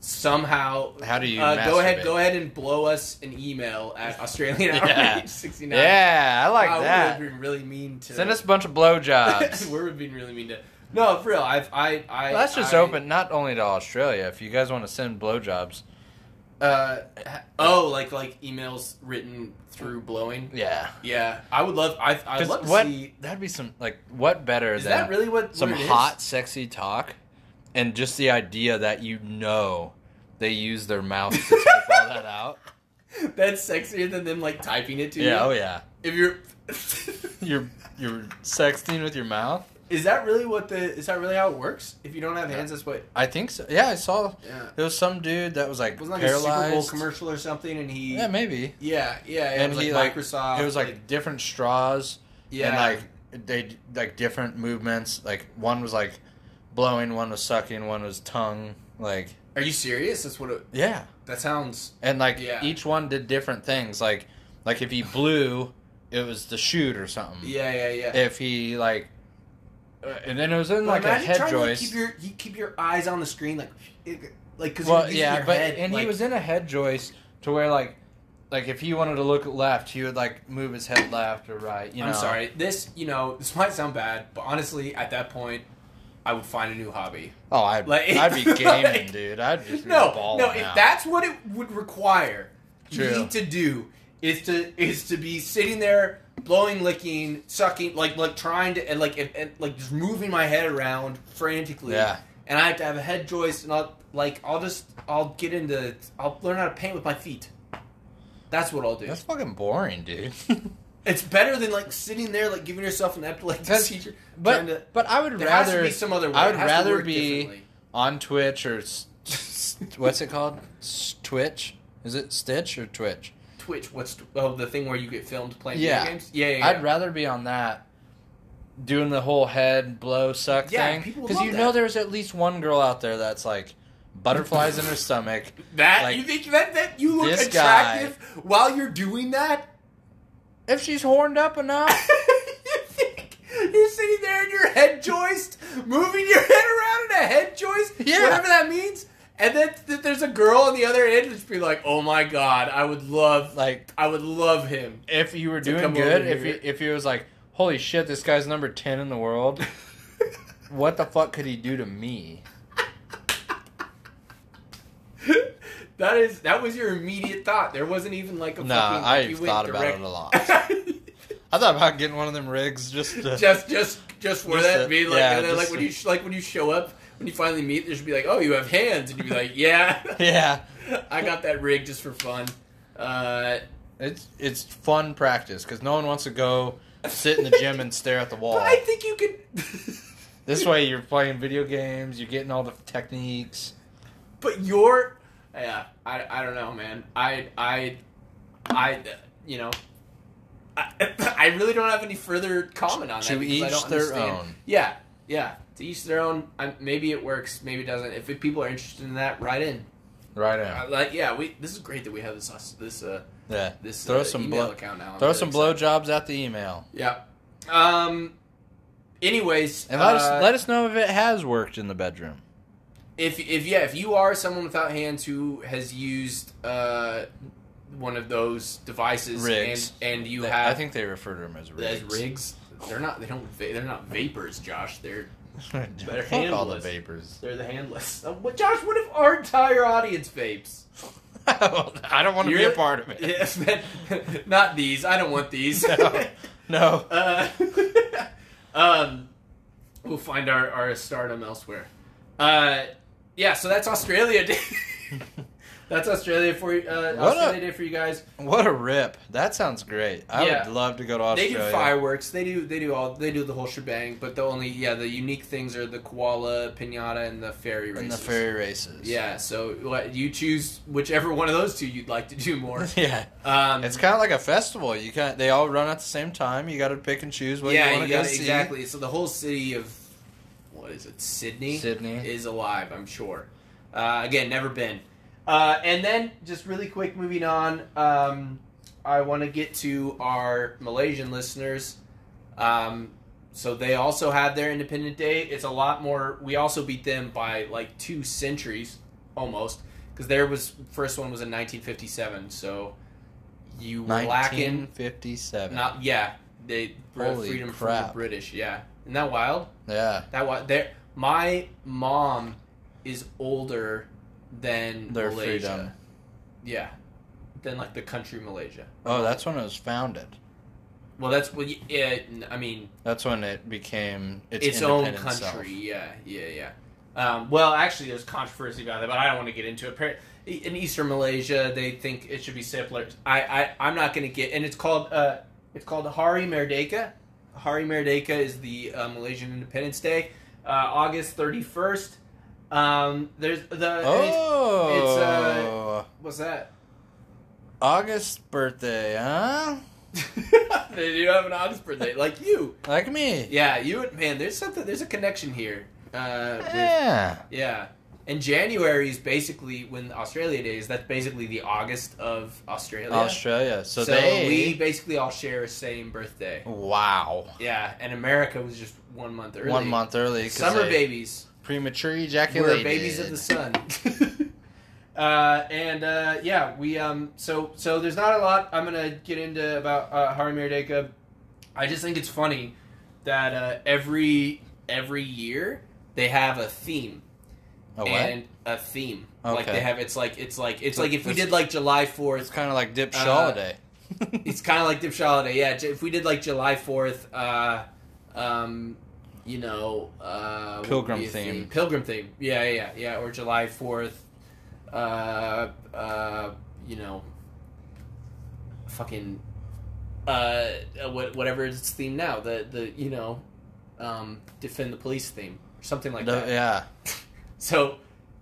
Speaker 1: somehow.
Speaker 2: How do you?
Speaker 1: Uh, go ahead,
Speaker 2: masturbate?
Speaker 1: go ahead and blow us an email at Australian
Speaker 2: Yeah.
Speaker 1: Outrage sixty nine.
Speaker 2: Yeah, I like
Speaker 1: wow,
Speaker 2: that.
Speaker 1: We would have been really mean to
Speaker 2: Send us a bunch of blowjobs.
Speaker 1: we were being really mean to. No, for real. I've, I, I.
Speaker 2: Well, that's just
Speaker 1: I-
Speaker 2: open not only to Australia. If you guys want to send blowjobs,
Speaker 1: Uh, ha- oh, like like emails written through blowing.
Speaker 2: yeah,
Speaker 1: Yeah, I would love. I, I'd
Speaker 2: Just
Speaker 1: love to
Speaker 2: what
Speaker 1: see.
Speaker 2: that'd be some like what better
Speaker 1: Is
Speaker 2: than
Speaker 1: that really what
Speaker 2: some
Speaker 1: what it is?
Speaker 2: hot, sexy talk, and just the idea that you know they use their mouth to type all that out.
Speaker 1: That's sexier than them like typing it to
Speaker 2: Yeah, oh
Speaker 1: you.
Speaker 2: yeah,
Speaker 1: If you're,
Speaker 2: you're you're sexting with your mouth.
Speaker 1: is that really what the? Is that really how it works? If you don't have hands, that's what.
Speaker 2: I think so. Yeah, I saw
Speaker 1: Yeah.
Speaker 2: there was some dude that was like
Speaker 1: Wasn't like
Speaker 2: paralyzed.
Speaker 1: a Super Bowl commercial or something, and he.
Speaker 2: Yeah,
Speaker 1: Yeah,
Speaker 2: maybe.
Speaker 1: yeah, yeah. It
Speaker 2: And
Speaker 1: was
Speaker 2: he,
Speaker 1: Uh, like
Speaker 2: like,
Speaker 1: Microsoft.
Speaker 2: it was like, different straws.
Speaker 1: yeah,
Speaker 2: and like they like different movements. Like one was like blowing, one was sucking, one was tongue. Like
Speaker 1: Are you serious? That's what. It,
Speaker 2: yeah,
Speaker 1: that sounds.
Speaker 2: and like
Speaker 1: Yeah.
Speaker 2: each one did different things. Like like if he blew, it was the shoot or something.
Speaker 1: Yeah, yeah, yeah.
Speaker 2: If he like, uh, and then it was in
Speaker 1: Well,
Speaker 2: like a
Speaker 1: imagine
Speaker 2: head
Speaker 1: trying To, like,
Speaker 2: joist.
Speaker 1: keep your you keep your eyes on the screen like it- like because
Speaker 2: well,
Speaker 1: you're using
Speaker 2: yeah,
Speaker 1: your
Speaker 2: but
Speaker 1: head,
Speaker 2: and
Speaker 1: like,
Speaker 2: he was in a head joist to where like. Like if he wanted to look left, he would like move his head left or right. You
Speaker 1: I'm
Speaker 2: know?
Speaker 1: sorry. This you know this might sound bad, but honestly, at that point, I would find a new hobby.
Speaker 2: Oh, I'd,
Speaker 1: Like-
Speaker 2: I'd be gaming,
Speaker 1: like-
Speaker 2: dude. I'd just be
Speaker 1: No,
Speaker 2: balling
Speaker 1: no. If
Speaker 2: out.
Speaker 1: that's what it would require
Speaker 2: True.
Speaker 1: me to do is to is to be sitting there blowing, licking, sucking, like like trying to and like and, and, like just moving my head around frantically.
Speaker 2: Yeah.
Speaker 1: And I have to have a head joist, and I'll like I'll just I'll get into I'll learn how to paint with my feet. That's what I'll do.
Speaker 2: That's fucking boring, dude.
Speaker 1: It's better than like sitting there, like giving yourself an epileptic
Speaker 2: That's-
Speaker 1: seizure.
Speaker 2: but
Speaker 1: trying to,
Speaker 2: but I would
Speaker 1: there has to
Speaker 2: rather
Speaker 1: be some other way.
Speaker 2: I
Speaker 1: It
Speaker 2: would
Speaker 1: has to
Speaker 2: rather
Speaker 1: work
Speaker 2: be-
Speaker 1: differently.
Speaker 2: on Twitch or s- s- what's it called? S- Twitch? Is it Stitch or Twitch?
Speaker 1: Twitch. What's oh the thing where you get filmed playing
Speaker 2: Yeah.
Speaker 1: video games? Yeah, yeah. yeah.
Speaker 2: I'd rather be on that doing the whole head blow suck
Speaker 1: Yeah,
Speaker 2: thing
Speaker 1: people would
Speaker 2: because
Speaker 1: love
Speaker 2: you
Speaker 1: that.
Speaker 2: know there's at least one girl out there that's like butterflies in her stomach.
Speaker 1: that
Speaker 2: like,
Speaker 1: you think that that you look
Speaker 2: this
Speaker 1: attractive while you're doing that?
Speaker 2: If she's horned up enough,
Speaker 1: you think you're sitting there in your head joist, moving your head around in a head joist,
Speaker 2: Yeah.
Speaker 1: whatever that means. And then th- there's a girl on the other end that's be like, "Oh my god, I would love,
Speaker 2: like
Speaker 1: I would love him."
Speaker 2: if you were
Speaker 1: To
Speaker 2: doing
Speaker 1: come
Speaker 2: good,
Speaker 1: over
Speaker 2: if
Speaker 1: here.
Speaker 2: you, if he was like, holy shit, this guy's number ten in the world. what the fuck could he do to me?
Speaker 1: that is that was your immediate thought. There wasn't even like a
Speaker 2: No,
Speaker 1: fucking.
Speaker 2: I
Speaker 1: you went
Speaker 2: thought about
Speaker 1: direct-
Speaker 2: it a lot. I thought about getting one of them rigs just to.
Speaker 1: just just just for
Speaker 2: Just
Speaker 1: that
Speaker 2: a-
Speaker 1: be like
Speaker 2: yeah,
Speaker 1: and then, like
Speaker 2: just
Speaker 1: when
Speaker 2: a-
Speaker 1: you sh- like when you show up when you finally meet, there should be like, oh, you have hands, and you'd be like, yeah,
Speaker 2: yeah,
Speaker 1: I got that rig just for fun. Uh,
Speaker 2: it's it's fun practice because no one wants to go sit in the gym and stare at the wall.
Speaker 1: but I think you could.
Speaker 2: This way, you're playing video games, you're getting all the techniques.
Speaker 1: but your yeah, I I don't know, man. I I I you know. I, I really don't have any further comment on that.
Speaker 2: To
Speaker 1: because I
Speaker 2: each
Speaker 1: don't
Speaker 2: their
Speaker 1: understand.
Speaker 2: own.
Speaker 1: Yeah, yeah. To each their own. I, maybe it works, maybe it doesn't. If people are interested in that, write in.
Speaker 2: Right
Speaker 1: I
Speaker 2: now,
Speaker 1: like, yeah, we. This is great that we have this us- this uh,
Speaker 2: yeah.
Speaker 1: this
Speaker 2: Throw
Speaker 1: uh,
Speaker 2: some
Speaker 1: email
Speaker 2: blow-
Speaker 1: account now. I'm
Speaker 2: Throw
Speaker 1: really
Speaker 2: some
Speaker 1: excited.
Speaker 2: blowjobs at the email,
Speaker 1: Yeah. Um. Anyways,
Speaker 2: and let
Speaker 1: uh,
Speaker 2: us let us know if it has worked in the bedroom.
Speaker 1: if if yeah, if you are someone without hands who has used uh one of those devices
Speaker 2: Rigs.
Speaker 1: and and you
Speaker 2: They-
Speaker 1: have
Speaker 2: I think they refer to them as rigs.
Speaker 1: as rigs, they're not they don't va- they're not vapors, Josh. They're
Speaker 2: Fuck all
Speaker 1: handle
Speaker 2: the
Speaker 1: us.
Speaker 2: vapors.
Speaker 1: they're the handless. Uh, what- Josh, what if our entire audience vapes?
Speaker 2: no, I don't want to be a
Speaker 1: You're-
Speaker 2: part of it.
Speaker 1: Yes, that- not these. I don't want these.
Speaker 2: No, no.
Speaker 1: Uh, um, we'll find our, our stardom elsewhere. Uh, yeah, so that's Australia Day. that's Australia for you- uh,
Speaker 2: What
Speaker 1: Australia
Speaker 2: a-
Speaker 1: Day for you guys.
Speaker 2: What a rip! That sounds great. I
Speaker 1: Yeah.
Speaker 2: would love to go to Australia.
Speaker 1: They do fireworks. They do they do all they do the whole shebang. But the only yeah the unique things are the koala pinata and the fairy races.
Speaker 2: and the ferry races.
Speaker 1: Yeah, so what, you choose whichever one of those two you'd like to do more.
Speaker 2: yeah.
Speaker 1: Um,
Speaker 2: It's kind of like a festival. You kind they all run at the same time. You got to pick and choose what you
Speaker 1: yeah,
Speaker 2: want
Speaker 1: you
Speaker 2: to go
Speaker 1: got
Speaker 2: see.
Speaker 1: exactly. So the whole city of what is it, Sydney?
Speaker 2: Sydney.
Speaker 1: is alive. I'm sure. Uh, again, never been. Uh, and then just really quick, moving on. Um, I want to get to our Malaysian listeners. Um, so they also had their Independent Day. It's a lot more. We also beat them by like two centuries almost because there was first one was in 1957. So you were lacking
Speaker 2: 1957.
Speaker 1: not yeah. They were
Speaker 2: Holy
Speaker 1: freedom from
Speaker 2: crap.
Speaker 1: the British. Yeah, isn't that wild?
Speaker 2: yeah,
Speaker 1: That wild. There, my mom is older than
Speaker 2: their
Speaker 1: Malaysia.
Speaker 2: freedom.
Speaker 1: Yeah, than like the country Malaysia.
Speaker 2: Oh, that's when it was founded.
Speaker 1: Well, that's well. y- Yeah, n- I mean,
Speaker 2: That's when it became its,
Speaker 1: its, own
Speaker 2: independent self.
Speaker 1: country. Yeah, yeah, yeah. Um, well, actually, there's controversy about that, but I don't want to get into it. Appar- In Eastern Malaysia, they think it should be simpler. I, I I'm not going to get, and it's called uh, it's called Hari Merdeka. Hari Merdeka is the uh, Malaysian Independence Day, uh, August 31st. Um, there's the and it's-
Speaker 2: Oh,
Speaker 1: uh, what's that?
Speaker 2: August birthday, huh?
Speaker 1: they do have an August birthday, like you.
Speaker 2: Like me?
Speaker 1: Yeah, you and man, there's something. There's a connection here. Uh, with,
Speaker 2: Yeah.
Speaker 1: Yeah. And January is basically when Australia Day is. That's basically the August of Australia.
Speaker 2: Australia. So,
Speaker 1: so
Speaker 2: they.
Speaker 1: we basically all share the same birthday.
Speaker 2: wow.
Speaker 1: Yeah, and America was just one month early.
Speaker 2: One month early. 'cause
Speaker 1: Summer
Speaker 2: they
Speaker 1: babies.
Speaker 2: Premature
Speaker 1: We're
Speaker 2: ejaculation.
Speaker 1: babies of the sun. uh, and uh, yeah, we um. So so there's not a lot I'm gonna get into about uh, Hari Mirdeka. I just think it's funny that uh, every every year they have a theme
Speaker 2: A what?
Speaker 1: and a theme. Like
Speaker 2: Okay.
Speaker 1: they have it's like it's like it's
Speaker 2: So
Speaker 1: like if we
Speaker 2: this-
Speaker 1: did like July
Speaker 2: It's
Speaker 1: Fourth,
Speaker 2: kind of like Dip
Speaker 1: Uh,
Speaker 2: Shaw Day.
Speaker 1: it's kind of like Dip Holiday. Yeah, j- if we did like July Fourth, uh, um, you know, uh, what
Speaker 2: Pilgrim
Speaker 1: would be a
Speaker 2: theme.
Speaker 1: pilgrim theme. Yeah, yeah, yeah, yeah. Or July Fourth, uh, uh, you know, fucking, uh, what whatever its theme now. The the you know, um, defend the police theme, something like
Speaker 2: No,
Speaker 1: that.
Speaker 2: yeah.
Speaker 1: So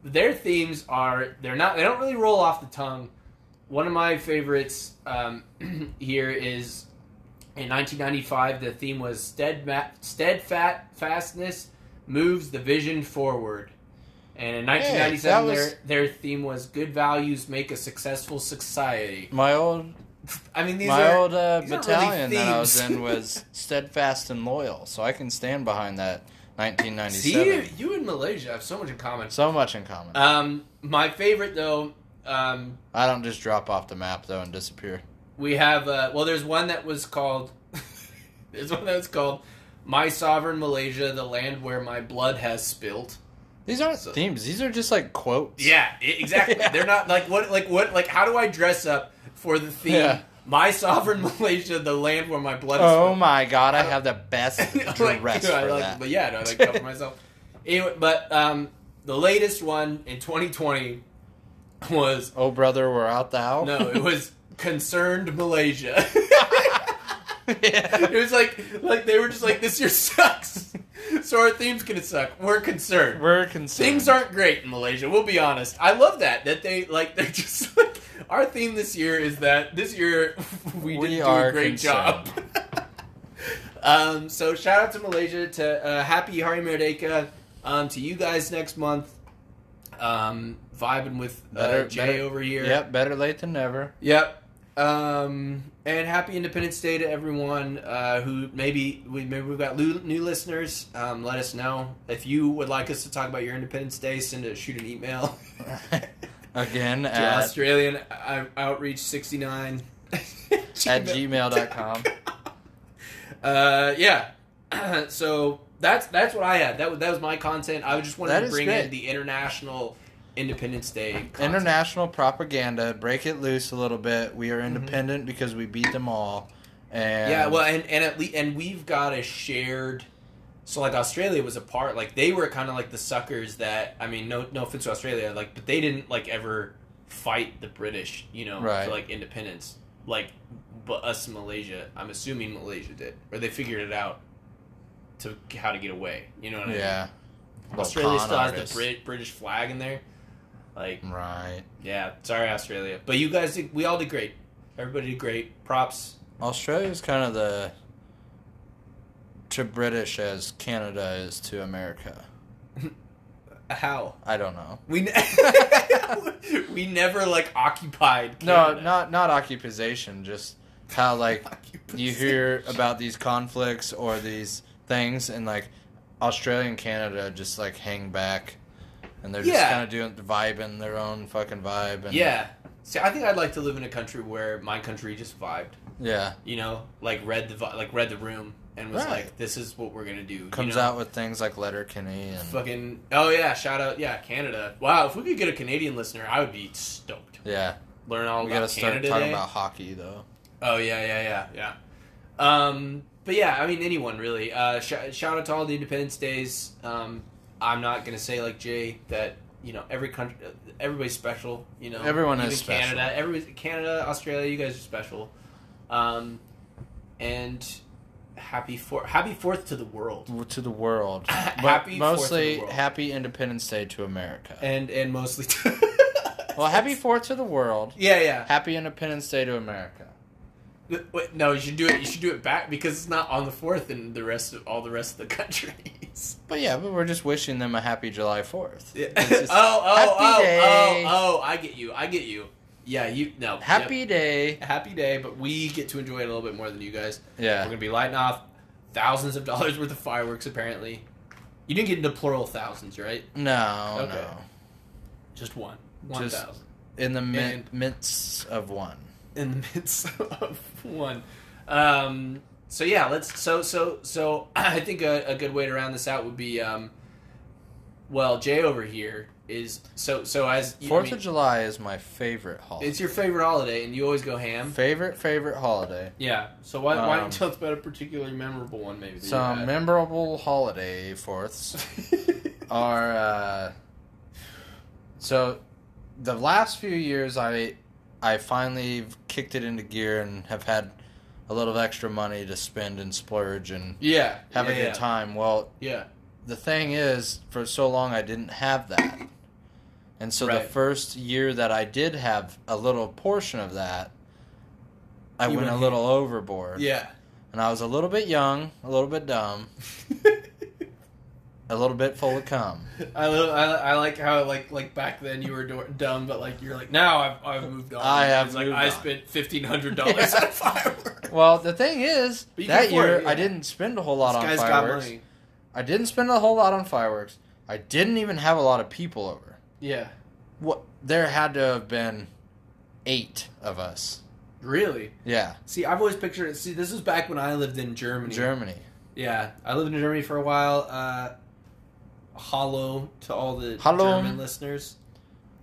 Speaker 1: their themes are they're not they don't really roll off the tongue. One of my favorites um, here is in 1995 the theme was steadma- steadfastness moves the vision forward. And in
Speaker 2: Hey,
Speaker 1: 1997
Speaker 2: that was-
Speaker 1: their their theme was good values make a successful society.
Speaker 2: My old
Speaker 1: I mean these
Speaker 2: my
Speaker 1: are
Speaker 2: old uh,
Speaker 1: these aren't really
Speaker 2: battalion that I was
Speaker 1: themes.
Speaker 2: in was steadfast and loyal, so I can stand behind that.
Speaker 1: See
Speaker 2: 1997.
Speaker 1: you, you and Malaysia have so much in common.
Speaker 2: So much in common.
Speaker 1: Um my favorite though um
Speaker 2: I don't just drop off the map though and disappear.
Speaker 1: We have uh, well, there's one that was called there's one that was called "My Sovereign Malaysia, the Land Where My Blood Has Spilt."
Speaker 2: These aren't
Speaker 1: So-
Speaker 2: themes. These are just like quotes.
Speaker 1: Yeah, i- exactly.
Speaker 2: Yeah.
Speaker 1: They're not like what like what like how do I dress up for the theme?
Speaker 2: Yeah.
Speaker 1: My sovereign Malaysia, the land where my blood. Is
Speaker 2: Oh
Speaker 1: Spilt."
Speaker 2: my god! I
Speaker 1: I don't-
Speaker 2: have the best
Speaker 1: Like,
Speaker 2: dress
Speaker 1: dude, I
Speaker 2: for
Speaker 1: like-
Speaker 2: that.
Speaker 1: But yeah, no, I like cover myself. Anyway, but um, the latest one in 2020 was
Speaker 2: Oh brother, we're out the house.
Speaker 1: no, it was concerned Malaysia. it
Speaker 2: yeah.
Speaker 1: was like like they were just like this year sucks so our theme's gonna suck we're concerned
Speaker 2: We're concerned.
Speaker 1: things aren't great in malaysia we'll be honest i love that that they like they're just like our theme this year is that this year we
Speaker 2: We
Speaker 1: didn't do a
Speaker 2: are
Speaker 1: great job um so shout out to malaysia to uh, happy hari merdeka um to you guys next month um vibing with uh,
Speaker 2: Better-
Speaker 1: jay
Speaker 2: better-
Speaker 1: over here
Speaker 2: Yep. Better late than never.
Speaker 1: Yep. Um, and happy Independence Day to everyone uh, who maybe we maybe we've got lu- new listeners. Um, let us know if you would like us to talk about your Independence Day. Send a shoot an email
Speaker 2: Again
Speaker 1: to
Speaker 2: at
Speaker 1: Australian uh, Outreach sixty nine
Speaker 2: at gmail.com.
Speaker 1: Uh, yeah. so that's that's what I had. That was that was my content. I just wanted
Speaker 2: That
Speaker 1: to
Speaker 2: is
Speaker 1: bring in
Speaker 2: great.
Speaker 1: the international Independence Day. Concept.
Speaker 2: International propaganda. Break it loose a little bit. We are independent because we beat them all. And
Speaker 1: Mm-hmm. Yeah, well, and and at least and we've got a shared. So like Australia was a part, like they were kind of like the suckers that I mean, no no offense to Australia, like but they didn't like ever fight the British, you know,
Speaker 2: Right.
Speaker 1: for like independence, like but us in Malaysia, I'm assuming Malaysia did, or they figured it out to how to get away. You know what I mean?
Speaker 2: yeah, Little
Speaker 1: Australia
Speaker 2: con
Speaker 1: still has
Speaker 2: artists. Mm.
Speaker 1: the Brit- British flag in there. Like,
Speaker 2: Right.
Speaker 1: yeah, sorry Australia, but you guys, did, we all did great. Everybody did great. Props.
Speaker 2: Australia's kind of the to British as Canada is to America.
Speaker 1: How?
Speaker 2: I don't know.
Speaker 1: We ne- we never like occupied.
Speaker 2: No,
Speaker 1: Canada.
Speaker 2: not not occupation, just how like you hear about these conflicts or these things and like Australia and Canada just like hang back and they're just
Speaker 1: Yeah.
Speaker 2: kind of doing vibing their own fucking vibe and
Speaker 1: Yeah. See, I think I'd like to live in a country where my country just vibed.
Speaker 2: yeah
Speaker 1: You know, like read the vi- like read the room and was
Speaker 2: Right.
Speaker 1: like, "This is what we're gonna do." you
Speaker 2: comes
Speaker 1: know?
Speaker 2: out with things like Letterkenny and
Speaker 1: Fucking oh yeah! Shout out yeah Canada. Wow, if we could get a Canadian listener, I would be stoked.
Speaker 2: yeah
Speaker 1: Learn all
Speaker 2: we
Speaker 1: about
Speaker 2: gotta start
Speaker 1: Canada
Speaker 2: talking
Speaker 1: Day.
Speaker 2: about hockey though
Speaker 1: Oh yeah, yeah, yeah, yeah. Um, but yeah, I mean anyone really. Uh, sh- shout out to all the Independence Days. Um, I'm not gonna say like Jay that you know every country, everybody's special. You know,
Speaker 2: Everyone
Speaker 1: even
Speaker 2: is special.
Speaker 1: Canada, every Canada, Australia, you guys are special. Um, and happy for happy Fourth to the world,
Speaker 2: to the world but
Speaker 1: Happy Fourth to the
Speaker 2: mostly
Speaker 1: world.
Speaker 2: happy Independence Day to America
Speaker 1: and and mostly.
Speaker 2: well happy fourth to the world
Speaker 1: Yeah, yeah.
Speaker 2: happy Independence Day to America
Speaker 1: N- Wait, no, you should do it. You should do it back because it's not on the fourth in the rest of all the rest of the countries.
Speaker 2: but yeah but we're just wishing them a happy July 4th
Speaker 1: Yeah.
Speaker 2: It's just-
Speaker 1: oh, oh, oh,
Speaker 2: Happy day.
Speaker 1: oh, oh, I get you. I get you. Yeah, you no.
Speaker 2: happy day
Speaker 1: yep. happy day, but we get to enjoy it a little bit more than you guys. We're
Speaker 2: yeah
Speaker 1: going to be lighting off thousands of dollars worth of fireworks apparently. You didn't get into plural thousands, right?
Speaker 2: no
Speaker 1: Okay.
Speaker 2: no
Speaker 1: Just one. One
Speaker 2: Just-
Speaker 1: thousand.
Speaker 2: in the min-
Speaker 1: And-
Speaker 2: midst of one.
Speaker 1: In the midst of one. Um so yeah, let's so so so I think a, a good way to round this out would be um well, Jay over here is so so as I
Speaker 2: Fourth
Speaker 1: mean,
Speaker 2: of July is my favorite holiday.
Speaker 1: it's your favorite holiday and you always go ham.
Speaker 2: favorite favorite holiday.
Speaker 1: Yeah. So why, why don't
Speaker 2: Um,
Speaker 1: you tell us about a particularly memorable one, maybe? that you
Speaker 2: Some
Speaker 1: had?
Speaker 2: memorable holiday fourths are uh, so the last few years I I finally kicked it into gear and have had a little extra money to spend and splurge and
Speaker 1: yeah.
Speaker 2: have
Speaker 1: yeah,
Speaker 2: a good
Speaker 1: yeah,
Speaker 2: time. Well,
Speaker 1: Yeah.
Speaker 2: the thing is, for so long I didn't have that. And so the
Speaker 1: Right.
Speaker 2: first year that I did have a little portion of that, I
Speaker 1: You
Speaker 2: went,
Speaker 1: went
Speaker 2: a
Speaker 1: ham.
Speaker 2: little overboard.
Speaker 1: Yeah.
Speaker 2: And I was a little bit young, a little bit dumb, a little bit full of cum.
Speaker 1: I, lo- I I like how like like back then you were do- dumb, but like you're like now I've I've moved on.
Speaker 2: I have
Speaker 1: It's like
Speaker 2: moved
Speaker 1: I
Speaker 2: on.
Speaker 1: spent fifteen hundred dollars
Speaker 2: Yeah.
Speaker 1: on fireworks.
Speaker 2: Well, the thing is,
Speaker 1: But you can
Speaker 2: that
Speaker 1: afford
Speaker 2: year
Speaker 1: it, yeah.
Speaker 2: I didn't spend a whole lot
Speaker 1: this
Speaker 2: on
Speaker 1: guy's
Speaker 2: fireworks.
Speaker 1: got money.
Speaker 2: I didn't spend a whole lot on fireworks. I didn't even have a lot of people over.
Speaker 1: Yeah.
Speaker 2: What there had to have been 8 of us.
Speaker 1: Really?
Speaker 2: Yeah,
Speaker 1: See, I've always pictured it. See, this was back when I lived in Germany.
Speaker 2: Germany.
Speaker 1: Yeah, I lived in Germany for a while. Uh, hollow to all the
Speaker 2: Hallo.
Speaker 1: German listeners.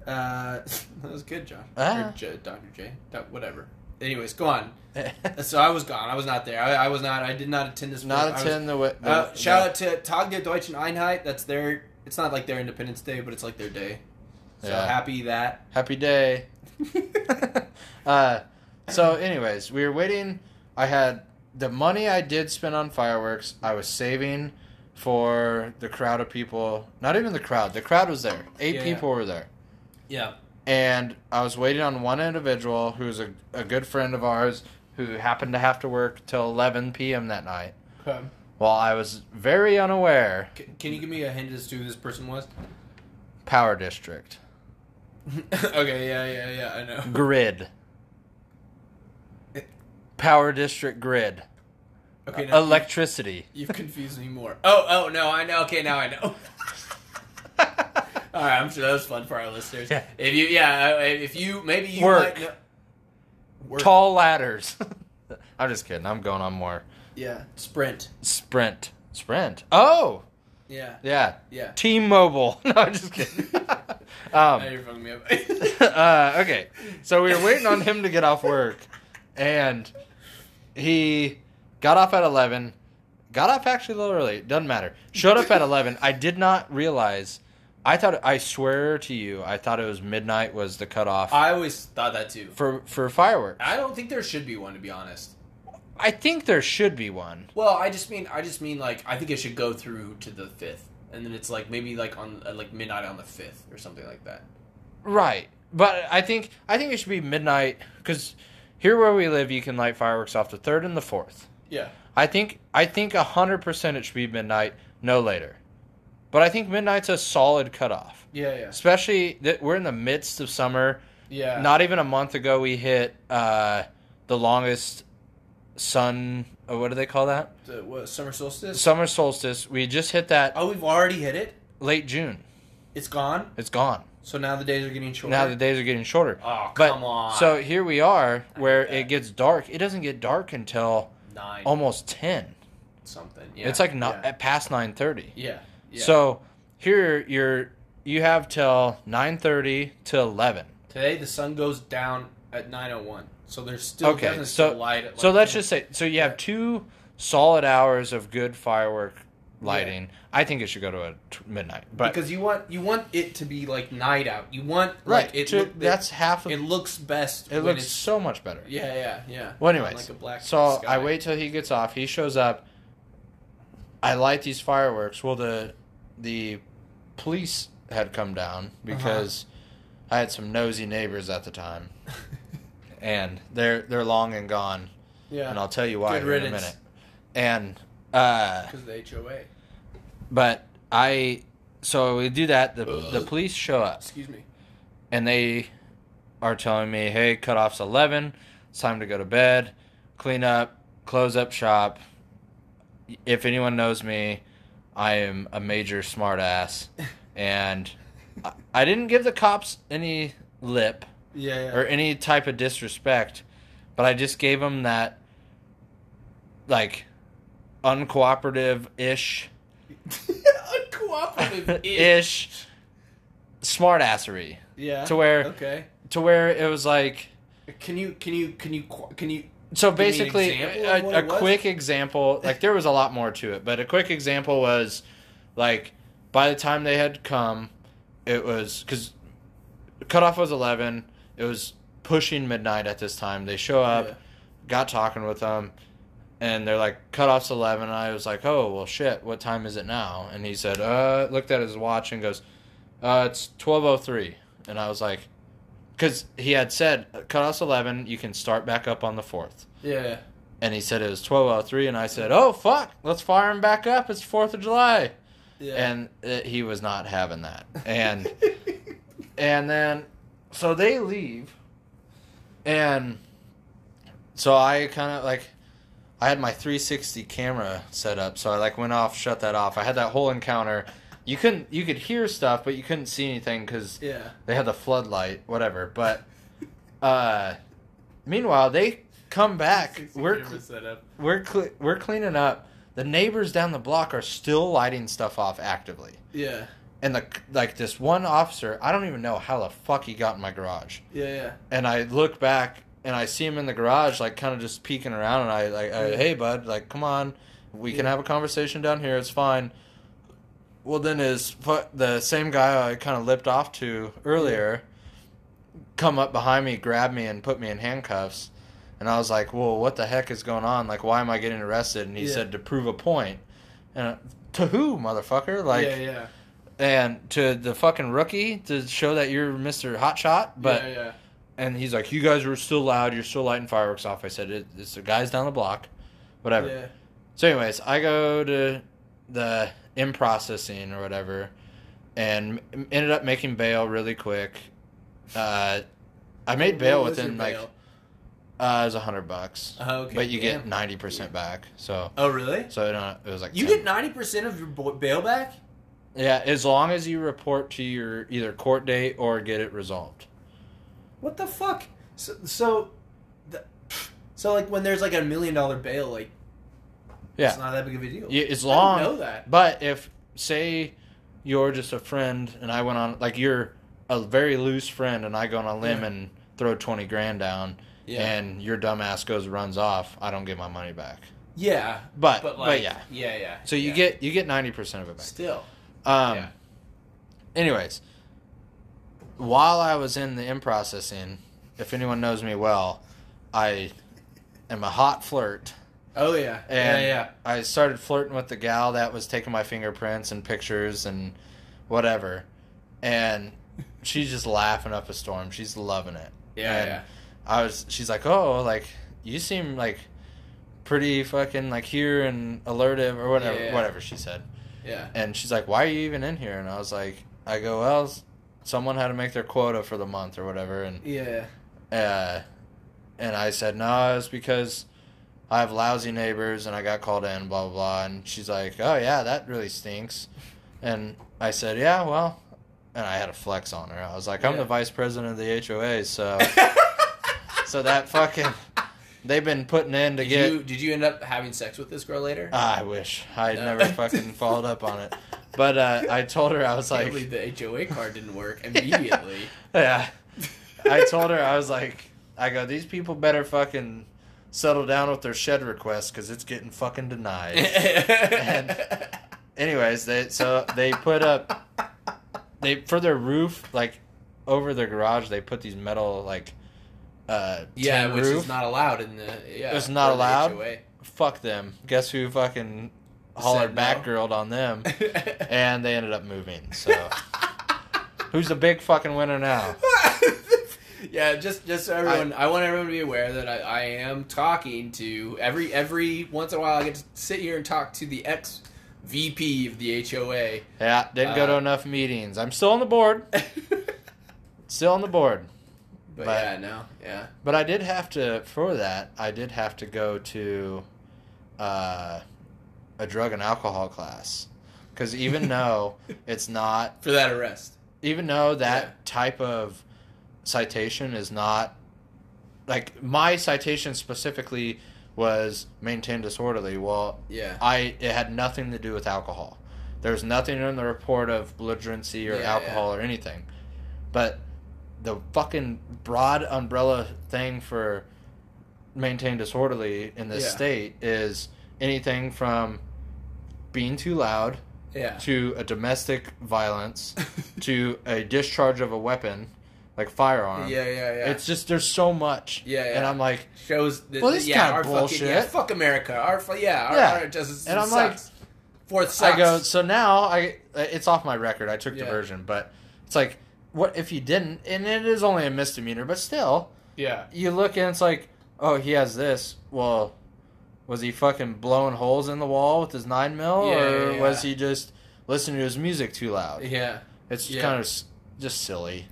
Speaker 1: Uh, that was good, John.
Speaker 2: Ah.
Speaker 1: Or J, Dr. J. Doc- Whatever. Anyways, go on. So I was gone. I was not there. I, I was not. I did not attend this. I
Speaker 2: Not
Speaker 1: was-
Speaker 2: attend the, wi- the
Speaker 1: uh,
Speaker 2: the-
Speaker 1: shout out to Tag der Deutschen Einheit. That's their. It's not like their Independence Day, but it's like their day. So
Speaker 2: Yeah.
Speaker 1: happy that.
Speaker 2: Happy day. uh, so, anyways, we were waiting. I had the money I did spend on fireworks. I was saving for the crowd of people. Not even the crowd. The crowd was there. Eight
Speaker 1: Yeah, yeah.
Speaker 2: people were there.
Speaker 1: yeah.
Speaker 2: And I was waiting on one individual who was a, a good friend of ours who happened to have to work till 11 p.m. that night.
Speaker 1: Um,
Speaker 2: While I was very unaware,
Speaker 1: c- can you give me a hint as to who this person was?
Speaker 2: Power District,
Speaker 1: okay. Yeah. Yeah. Yeah. I know.
Speaker 2: Grid, Power District Grid.
Speaker 1: Okay.
Speaker 2: Uh,
Speaker 1: now-
Speaker 2: electricity.
Speaker 1: You've confused me more. Oh, oh no, I know. Okay, now I know. All right, I'm sure that was fun for our listeners.
Speaker 2: Yeah.
Speaker 1: If you, yeah, uh, if you, maybe you
Speaker 2: Work.
Speaker 1: might know. Work.
Speaker 2: Tall ladders. I'm just kidding. I'm going on more
Speaker 1: Yeah. Sprint.
Speaker 2: sprint. Sprint. Oh,
Speaker 1: Yeah.
Speaker 2: yeah.
Speaker 1: Yeah.
Speaker 2: T-Mobile. No, I'm just kidding. Um,
Speaker 1: now you're fucking me up.
Speaker 2: uh, okay, so we were waiting on him to get off work, and he got off at eleven. Got off actually a little early. Doesn't matter. Showed up at eleven. I did not realize. I thought. I swear to you, I thought it was midnight was the cutoff
Speaker 1: I always thought that too.
Speaker 2: for for fireworks.
Speaker 1: I don't think there should be one to be honest.
Speaker 2: I think there should be one.
Speaker 1: Well, I just mean I just mean like I think it should go through to the fifth, and then it's like maybe like on uh, like midnight on the fifth or something like that.
Speaker 2: Right. But I think I think it should be midnight because here where we live, you can light fireworks off the third and the fourth.
Speaker 1: Yeah.
Speaker 2: I think I think hundred percent it should be midnight, no later. But I think midnight's a solid cutoff,
Speaker 1: Yeah. Yeah.
Speaker 2: especially that we're in the midst of summer.
Speaker 1: Yeah.
Speaker 2: Not even a month ago, we hit uh, the longest sun. uh what do they call that?
Speaker 1: the, what, summer solstice.
Speaker 2: Summer solstice. We just hit that
Speaker 1: oh, we've already hit it.
Speaker 2: late June.
Speaker 1: It's gone.
Speaker 2: It's gone.
Speaker 1: So now the days are getting shorter.
Speaker 2: Now the days are getting shorter.
Speaker 1: oh,
Speaker 2: But
Speaker 1: come on.
Speaker 2: so here we are, where
Speaker 1: that.
Speaker 2: it gets dark. It doesn't get dark until
Speaker 1: nine
Speaker 2: almost ten.
Speaker 1: something. Yeah.
Speaker 2: it's like not
Speaker 1: Yeah.
Speaker 2: at past nine thirty.
Speaker 1: yeah. yeah.
Speaker 2: So here you're you have till nine thirty to eleven.
Speaker 1: today the sun goes down at nine oh one. So there's still
Speaker 2: Okay,
Speaker 1: definitely
Speaker 2: so-
Speaker 1: still light. At like
Speaker 2: so let's just say so you
Speaker 1: Yeah.
Speaker 2: have two solid hours of good firework lighting. I think it should go to a t- midnight, but
Speaker 1: because you want you want it to be like night out. You want
Speaker 2: right,
Speaker 1: like, it
Speaker 2: to-
Speaker 1: look-
Speaker 2: that's half of
Speaker 1: it
Speaker 2: it.
Speaker 1: looks best. when
Speaker 2: looks
Speaker 1: it's
Speaker 2: so much better.
Speaker 1: Yeah, yeah, yeah.
Speaker 2: Well, anyways,
Speaker 1: like a black
Speaker 2: so
Speaker 1: sky.
Speaker 2: I wait till he gets off. He shows up. I light these fireworks. Well, the the police had come
Speaker 1: Uh-huh.
Speaker 2: down because I had some nosy neighbors at the time, and they're they're long and gone. And
Speaker 1: yeah,
Speaker 2: I'll tell you why
Speaker 1: Good
Speaker 2: here in a
Speaker 1: riddance.
Speaker 2: minute. And uh,
Speaker 1: because the HOA.
Speaker 2: but I so we do that. The the police show up
Speaker 1: Excuse me.
Speaker 2: and they are telling me, "Hey, cutoff's eleven. It's time to go to bed, clean up, close up shop." If anyone knows me, I am a major smartass, and I- I didn't give the cops any lip
Speaker 1: Yeah, yeah.
Speaker 2: or any type of disrespect, but I just gave them that like uncooperative ish
Speaker 1: Uncooperative
Speaker 2: ish smartassery
Speaker 1: Yeah.
Speaker 2: to where
Speaker 1: Okay.
Speaker 2: to where it was like
Speaker 1: Can you can you can you qu- can you
Speaker 2: So
Speaker 1: Give me an
Speaker 2: basically,
Speaker 1: example
Speaker 2: a,
Speaker 1: of what
Speaker 2: a
Speaker 1: it was?
Speaker 2: quick example, like there was a lot more to it, but a quick example was like by the time they had come, it was because cutoff was 11, it was pushing midnight at this time. They show up,
Speaker 1: Yeah.
Speaker 2: got talking with them, and they're like, cutoff's 11. And I was like, oh, well, shit, what time is it now? And he said, uh, looked at his watch and goes, uh, it's 12.03. And I was like, because he had said, cutoff's 11, you can start back up on the 4th
Speaker 1: Yeah.
Speaker 2: and he said it was 1203 and i said oh fuck let's fire him back up it's 4th of july
Speaker 1: Yeah.
Speaker 2: and uh, he was not having that and and then so they leave and so i kind of like i had my 360 camera set up so i like went off shut that off i had that whole encounter you couldn't you could hear stuff but you couldn't see anything because
Speaker 1: yeah.
Speaker 2: they had the floodlight whatever but uh meanwhile they come back we're
Speaker 1: set up.
Speaker 2: we're cle we're cleaning up. The neighbors down the block are still lighting stuff off actively,
Speaker 1: Yeah.
Speaker 2: and the like this one officer, I don't even know how the fuck he got in my garage.
Speaker 1: Yeah. Yeah.
Speaker 2: And I look back and I see him in the garage, like kind of just peeking around, and I like, I, hey bud, like come on, we can
Speaker 1: Yeah.
Speaker 2: have a conversation down here. It's fine. Well, then his fu- the same guy I kind of lipped off to earlier, come up behind me, grab me, and put me in handcuffs. And I was like, "Well, what the heck is going on? Like, why am I getting arrested?" And he
Speaker 1: Yeah.
Speaker 2: said, "To prove a point." And I- to who, motherfucker? Like,
Speaker 1: yeah. Yeah.
Speaker 2: and to the fucking rookie to show that you're Mister Hotshot. But
Speaker 1: yeah. Yeah.
Speaker 2: and he's like, "You guys were still loud. You're still lighting fireworks off." I said, it, "It's the guys down the block, whatever."
Speaker 1: Yeah.
Speaker 2: So, anyways, I go to the in processing or whatever, and m- ended up making bail really quick. Uh, I made bail
Speaker 1: What was
Speaker 2: within
Speaker 1: your
Speaker 2: like
Speaker 1: bail?
Speaker 2: uh, it was a hundred bucks,
Speaker 1: Oh, okay.
Speaker 2: but you
Speaker 1: damn.
Speaker 2: get ninety percent back. So,
Speaker 1: Oh really?
Speaker 2: so it, uh, it was like
Speaker 1: You
Speaker 2: 10.
Speaker 1: get ninety percent of your bo- bail back.
Speaker 2: yeah, as long as you report to your either court date or get it resolved.
Speaker 1: What the fuck? So, so, the, so like when there's like a million dollar bail, like
Speaker 2: Yeah.
Speaker 1: it's not that big of a deal.
Speaker 2: Yeah, it's
Speaker 1: I
Speaker 2: long.
Speaker 1: didn't know that.
Speaker 2: But if say you're just a friend and I went on like you're a very loose friend and I go on a limb
Speaker 1: Yeah.
Speaker 2: and throw twenty grand down,
Speaker 1: Yeah.
Speaker 2: and your dumbass goes runs off, I don't get my money back.
Speaker 1: yeah.
Speaker 2: But
Speaker 1: But
Speaker 2: but,
Speaker 1: like,
Speaker 2: yeah.
Speaker 1: yeah, yeah.
Speaker 2: So you
Speaker 1: yeah.
Speaker 2: get you get ninety percent of it back.
Speaker 1: still.
Speaker 2: Um,
Speaker 1: Yeah.
Speaker 2: Anyways, while I was in the in processing, if anyone knows me well, I am a hot flirt.
Speaker 1: Oh yeah.
Speaker 2: And
Speaker 1: yeah, yeah.
Speaker 2: I started flirting with the gal that was taking my fingerprints and pictures and whatever. And she's just laughing up a storm. She's loving it.
Speaker 1: Yeah,
Speaker 2: and
Speaker 1: yeah.
Speaker 2: I was she's like, "Oh, like you seem like pretty fucking like here and alertive or whatever
Speaker 1: Yeah.
Speaker 2: whatever she said."
Speaker 1: Yeah.
Speaker 2: And she's like, "Why are you even in here?" And I was like, "I go, well, s- someone had to make their quota for the month or whatever." And
Speaker 1: Yeah.
Speaker 2: uh, and I said, "No, it's because I have lousy neighbors and I got called in, blah blah blah." And she's like, "Oh yeah, that really stinks." And I said, "Yeah, well," and I had a flex on her. I was like, "I'm
Speaker 1: Yeah.
Speaker 2: the vice president of the HOA, so so that fucking they've been putting in to
Speaker 1: Did
Speaker 2: get." Uh, Ah,
Speaker 1: you did you end up having sex with this girl later?
Speaker 2: I wish I had
Speaker 1: No.
Speaker 2: never fucking followed up on it, but uh, I told her I was
Speaker 1: I
Speaker 2: like,
Speaker 1: can't believe the HOA card didn't work immediately.
Speaker 2: yeah. I told her I was like, I go, these people better fucking settle down with their shed requests because it's getting fucking denied. Anyways, they so they put up they for their roof like over their garage they put these metal like uh
Speaker 1: yeah,
Speaker 2: tin
Speaker 1: which
Speaker 2: roof.
Speaker 1: is not allowed in the yeah.
Speaker 2: It's not
Speaker 1: or the
Speaker 2: allowed?
Speaker 1: HOA.
Speaker 2: Fuck them. Guess who fucking hollered
Speaker 1: Said no.
Speaker 2: back girled on them, and they ended up moving. So who's the big fucking winner now?
Speaker 1: yeah, just just so everyone, I, want everyone to be aware that I, I am talking to every every once in a while I get to sit here and talk to the ex VP of the HOA.
Speaker 2: Yeah, didn't go to
Speaker 1: Uh,
Speaker 2: enough meetings. I'm still on the board. Still on the board.
Speaker 1: But,
Speaker 2: But-
Speaker 1: yeah, no, yeah,
Speaker 2: But I did have to for that. I did have to go to uh, a drug and alcohol class because even though it's not,
Speaker 1: for that arrest.
Speaker 2: even though that
Speaker 1: Yeah.
Speaker 2: type of citation is not like my citation specifically was maintain disorderly. Well,
Speaker 1: Yeah,
Speaker 2: I it had nothing to do with alcohol. There's nothing in the report of belligerency or
Speaker 1: Yeah,
Speaker 2: alcohol or anything. But the fucking broad umbrella thing for maintain disorderly in this
Speaker 1: Yeah.
Speaker 2: state is anything from being too loud
Speaker 1: yeah,
Speaker 2: to a domestic violence to a discharge of a weapon like firearm.
Speaker 1: yeah, yeah, yeah.
Speaker 2: It's just there's so much.
Speaker 1: Yeah, yeah.
Speaker 2: And I'm like
Speaker 1: shows that
Speaker 2: Well, this is
Speaker 1: yeah,
Speaker 2: kinda
Speaker 1: our
Speaker 2: bullshit.
Speaker 1: fucking yeah, fuck America. Our fu- yeah, our,
Speaker 2: Yeah.
Speaker 1: our justice
Speaker 2: And I'm like-
Speaker 1: sucks. fourth sucks.
Speaker 2: I go, so now I uh, it's off my record. I took
Speaker 1: Yeah.
Speaker 2: diversion, but it's like what if you didn't? And it is only a misdemeanor, but still,
Speaker 1: yeah,
Speaker 2: you look and it's like, oh, he has this. Well, was he fucking blowing holes in the wall with his nine mil,
Speaker 1: Yeah,
Speaker 2: or
Speaker 1: yeah,
Speaker 2: was
Speaker 1: yeah.
Speaker 2: he just listening to his music too loud?
Speaker 1: yeah,
Speaker 2: It's
Speaker 1: Yeah.
Speaker 2: kind of s- just silly.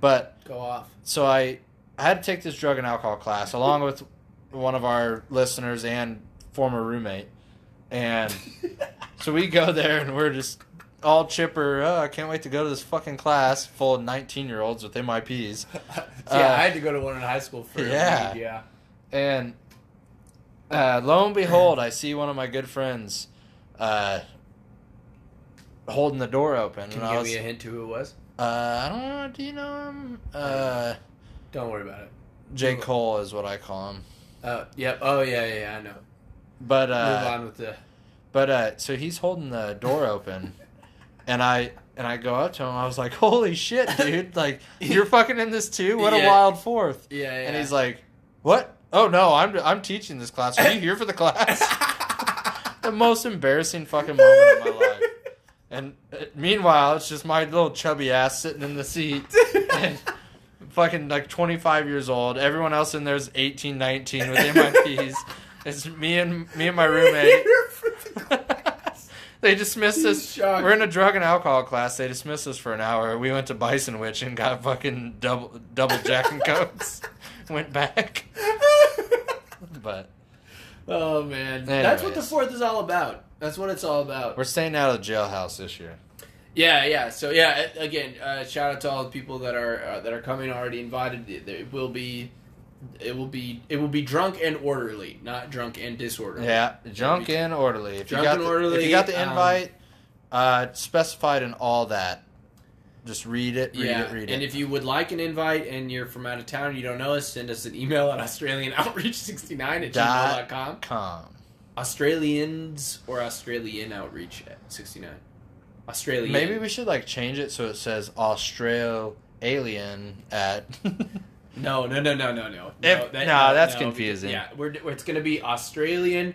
Speaker 2: But
Speaker 1: go off.
Speaker 2: so I I had to take this drug and alcohol class along with one of our listeners and former roommate, and. So we go there and we're just all chipper. Oh, I can't wait to go to this fucking class full of 19 year olds with MIPs.
Speaker 1: yeah,
Speaker 2: Uh,
Speaker 1: I had to go to one in high school for
Speaker 2: yeah.
Speaker 1: weed, yeah.
Speaker 2: And uh, lo and behold, I see one of my good friends uh, holding the door open.
Speaker 1: Can
Speaker 2: and
Speaker 1: you
Speaker 2: I
Speaker 1: give
Speaker 2: was,
Speaker 1: me a hint to who it was?
Speaker 2: uh, I don't know. Do you know him? Uh,
Speaker 1: Don't worry about it.
Speaker 2: J.
Speaker 1: Move on.
Speaker 2: Cole is what I call him.
Speaker 1: Uh, yep. Oh yeah, yeah, yeah, I know.
Speaker 2: But uh,
Speaker 1: Move on with the.
Speaker 2: But uh, so he's holding the door open, and I and I go up to him. I was like, "Holy shit, dude! Like you're fucking in this too? What a
Speaker 1: Yeah.
Speaker 2: wild fourth.
Speaker 1: Yeah, yeah.
Speaker 2: And he's like, "What? Oh no, I'm I'm teaching this class. Are you here for the class?" the most embarrassing fucking moment of my life. And uh, meanwhile, it's just my little chubby ass sitting in the seat. And, Fucking like 25 years old. Everyone else in there is 18, 19 with MIPs. It's me and me and my roommate. they dismissed
Speaker 1: He's
Speaker 2: us.
Speaker 1: shocked.
Speaker 2: We're in a drug and alcohol class. They dismissed us for an hour. We went to Bison Witch and got fucking double double Jack and Cokes. went back, but
Speaker 1: oh man, that's what the
Speaker 2: Anyways.
Speaker 1: fourth is all about. That's what it's all about.
Speaker 2: we're staying out of the jailhouse this year.
Speaker 1: Yeah, yeah. So yeah, a- again, uh, shout out to all the people that are uh, that are coming already invited. It, it will be, it will be, it will be drunk and orderly, not drunk and disorderly.
Speaker 2: Yeah, junk and orderly. If
Speaker 1: Junk
Speaker 2: you got
Speaker 1: and um,
Speaker 2: the,
Speaker 1: orderly,
Speaker 2: if you got the
Speaker 1: um,
Speaker 2: invite, uh, specified in all that. Just read it, read
Speaker 1: yeah,
Speaker 2: it, read
Speaker 1: and
Speaker 2: it.
Speaker 1: if you would like an invite and you're from out of town and you don't know us, send us an email at australianoutreach69 at
Speaker 2: Dot-
Speaker 1: gmail.com.
Speaker 2: Come.
Speaker 1: Australians or Australian Outreach at 69. Australian.
Speaker 2: Maybe we should like change it so it says Australia alien at.
Speaker 1: No, no, no, no, no, no.
Speaker 2: If- no, that's
Speaker 1: because-
Speaker 2: confusing.
Speaker 1: Yeah, we're, it's going to be Australian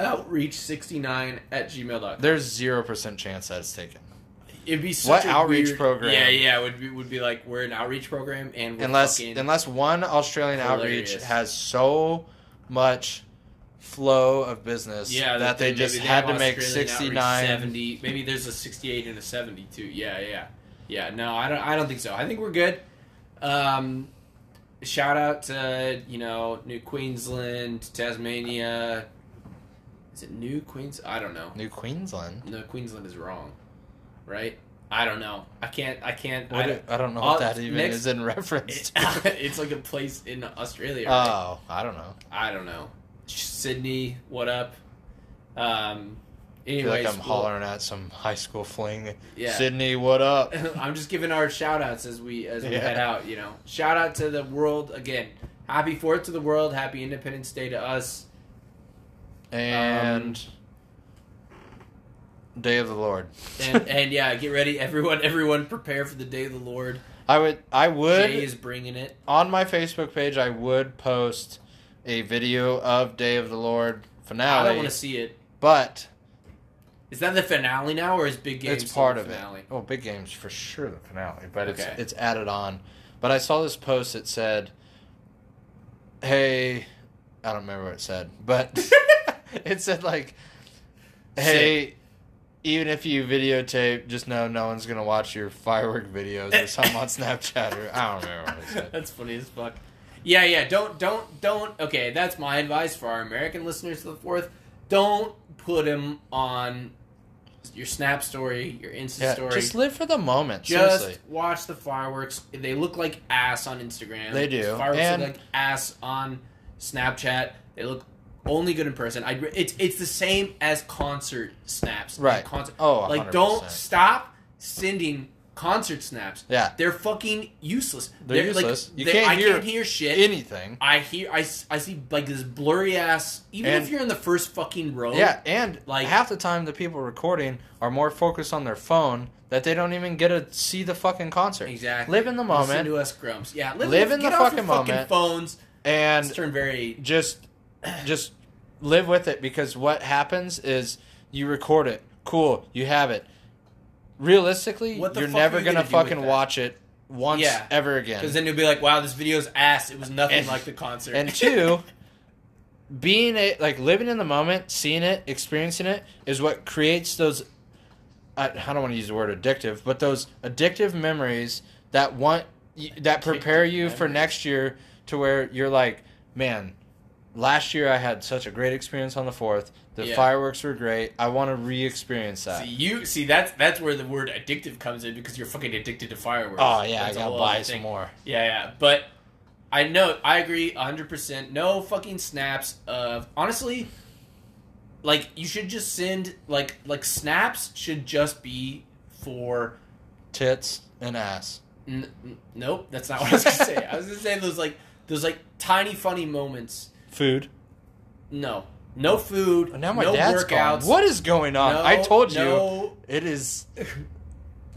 Speaker 1: Outreach69 at gmail.com.
Speaker 2: There's zero percent chance that's taken,
Speaker 1: It'd be such
Speaker 2: What
Speaker 1: a
Speaker 2: outreach
Speaker 1: weird-
Speaker 2: program?
Speaker 1: Yeah, yeah, would be would be like we're an outreach program and we're
Speaker 2: unless
Speaker 1: fucking,
Speaker 2: unless one Australian outreach
Speaker 1: Hilarious.
Speaker 2: has so much flow of business
Speaker 1: yeah
Speaker 2: that they
Speaker 1: maybe
Speaker 2: just had to
Speaker 1: have
Speaker 2: make
Speaker 1: Australian outreach
Speaker 2: sixty nine.
Speaker 1: 70 maybe there's a 68 and a 72. Yeah, yeah. Yeah, no, I don't I don't think so. I think we're good. Um shout out to, you know, New Queensland, Tasmania. Is it New Queens? I don't know.
Speaker 2: New Queensland.
Speaker 1: No, Queensland is wrong. Right? I don't know. I can't I can't
Speaker 2: What
Speaker 1: I
Speaker 2: do-
Speaker 1: don't,
Speaker 2: I, don't know
Speaker 1: Uh,
Speaker 2: what that even
Speaker 1: next-
Speaker 2: is in reference.
Speaker 1: it,
Speaker 2: to.
Speaker 1: it's like a place in Australia. right?
Speaker 2: oh, I don't know.
Speaker 1: I don't know. Sydney, what up? Um,
Speaker 2: I feel
Speaker 1: anyways,
Speaker 2: like I'm
Speaker 1: we'll-
Speaker 2: hollering at some high school fling.
Speaker 1: Yeah. Um,
Speaker 2: Sydney, what up?
Speaker 1: I'm just giving our shout outs as we as we
Speaker 2: Yeah.
Speaker 1: head out, you know. Shout out to the world again. Happy 4th to the world. Happy Independence Day to us.
Speaker 2: and Day of the Lord.
Speaker 1: And and yeah, get ready everyone everyone prepare for the day of the Lord.
Speaker 2: I would I would
Speaker 1: Jay is bringing it.
Speaker 2: on my Facebook page I would post a video of Day of the Lord
Speaker 1: I don't
Speaker 2: finale,
Speaker 1: want to see it.
Speaker 2: but
Speaker 1: Is that the finale now or is Big Game
Speaker 2: it's part of
Speaker 1: finale?
Speaker 2: it. Oh, big games for sure the finale, but
Speaker 1: Okay.
Speaker 2: it's it's added on. But I saw this post that said, "Hey, I don't remember what it said, but it said like, hey." Even if you videotape, just know no one's gonna watch your firework videos or something on Snapchat or I don't remember what it said.
Speaker 1: That's funny as fuck. Yeah, yeah. Don't, don't, don't. Okay, that's my advice for our American listeners to the fourth. Don't put him on your Snap story, your Insta
Speaker 2: Yeah,
Speaker 1: story.
Speaker 2: just live for the moment.
Speaker 1: Just
Speaker 2: seriously,
Speaker 1: watch the fireworks. They look like ass on Instagram.
Speaker 2: They do,
Speaker 1: Fireworks
Speaker 2: and-
Speaker 1: look like ass on Snapchat. They look only good in person. I. It's it's the same as concert snaps. and
Speaker 2: Right.
Speaker 1: Concert.
Speaker 2: Oh,
Speaker 1: like
Speaker 2: 100%.
Speaker 1: don't stop sending concert snaps.
Speaker 2: yeah,
Speaker 1: They're fucking useless.
Speaker 2: They're
Speaker 1: like,
Speaker 2: useless. You
Speaker 1: they-
Speaker 2: can't
Speaker 1: I
Speaker 2: hear
Speaker 1: can't hear shit.
Speaker 2: anything.
Speaker 1: I hear. I, s- I see like this blurry ass. Even
Speaker 2: And-
Speaker 1: if you're in the first fucking row.
Speaker 2: Yeah, and
Speaker 1: Oh, Like-
Speaker 2: like half the time the people recording are more focused on their phone that they don't even get to see the fucking concert.
Speaker 1: Exactly.
Speaker 2: Live in the
Speaker 1: Listen
Speaker 2: moment
Speaker 1: to us grumps. Yeah.
Speaker 2: Live in
Speaker 1: get
Speaker 2: the
Speaker 1: off your
Speaker 2: fucking moment.
Speaker 1: phones.
Speaker 2: and
Speaker 1: It's turned very.
Speaker 2: just just live with it because what happens is you record it. Cool, you have it. Realistically,
Speaker 1: What the
Speaker 2: you're
Speaker 1: fuck
Speaker 2: never
Speaker 1: are you
Speaker 2: gonna,
Speaker 1: gonna do with
Speaker 2: fucking
Speaker 1: that?
Speaker 2: watch it once
Speaker 1: Yeah.
Speaker 2: ever
Speaker 1: Because
Speaker 2: again.
Speaker 1: then you'll be like, "Wow, this video's ass. It was nothing
Speaker 2: And-
Speaker 1: like the concert."
Speaker 2: And two, being a like living in the moment, seeing it, experiencing it is what creates those I, I don't want to use the word addictive, but those addictive memories that want that prepare
Speaker 1: Addictive
Speaker 2: you for
Speaker 1: memories.
Speaker 2: next year to where you're like, man, last year I had such a great experience on the 4th. The
Speaker 1: Yeah.
Speaker 2: fireworks were great. I want to re-experience that.
Speaker 1: see, you see that's that's where the word addictive comes in because you're fucking addicted to fireworks.
Speaker 2: oh yeah,
Speaker 1: That's a
Speaker 2: I got
Speaker 1: whole
Speaker 2: to
Speaker 1: other
Speaker 2: buy
Speaker 1: thing.
Speaker 2: some more.
Speaker 1: Yeah, yeah. But I know I agree 100%. No fucking snaps of honestly like you should just send like like snaps should just be for
Speaker 2: Tits and ass.
Speaker 1: n- n- nope, that's not what I was going to say. I was going to say those like those like tiny funny moments.
Speaker 2: Food.
Speaker 1: No. No food,
Speaker 2: Now my
Speaker 1: no
Speaker 2: dad's
Speaker 1: workouts.
Speaker 2: gone. What is going on?
Speaker 1: No,
Speaker 2: Uh, I told you.
Speaker 1: no-
Speaker 2: It is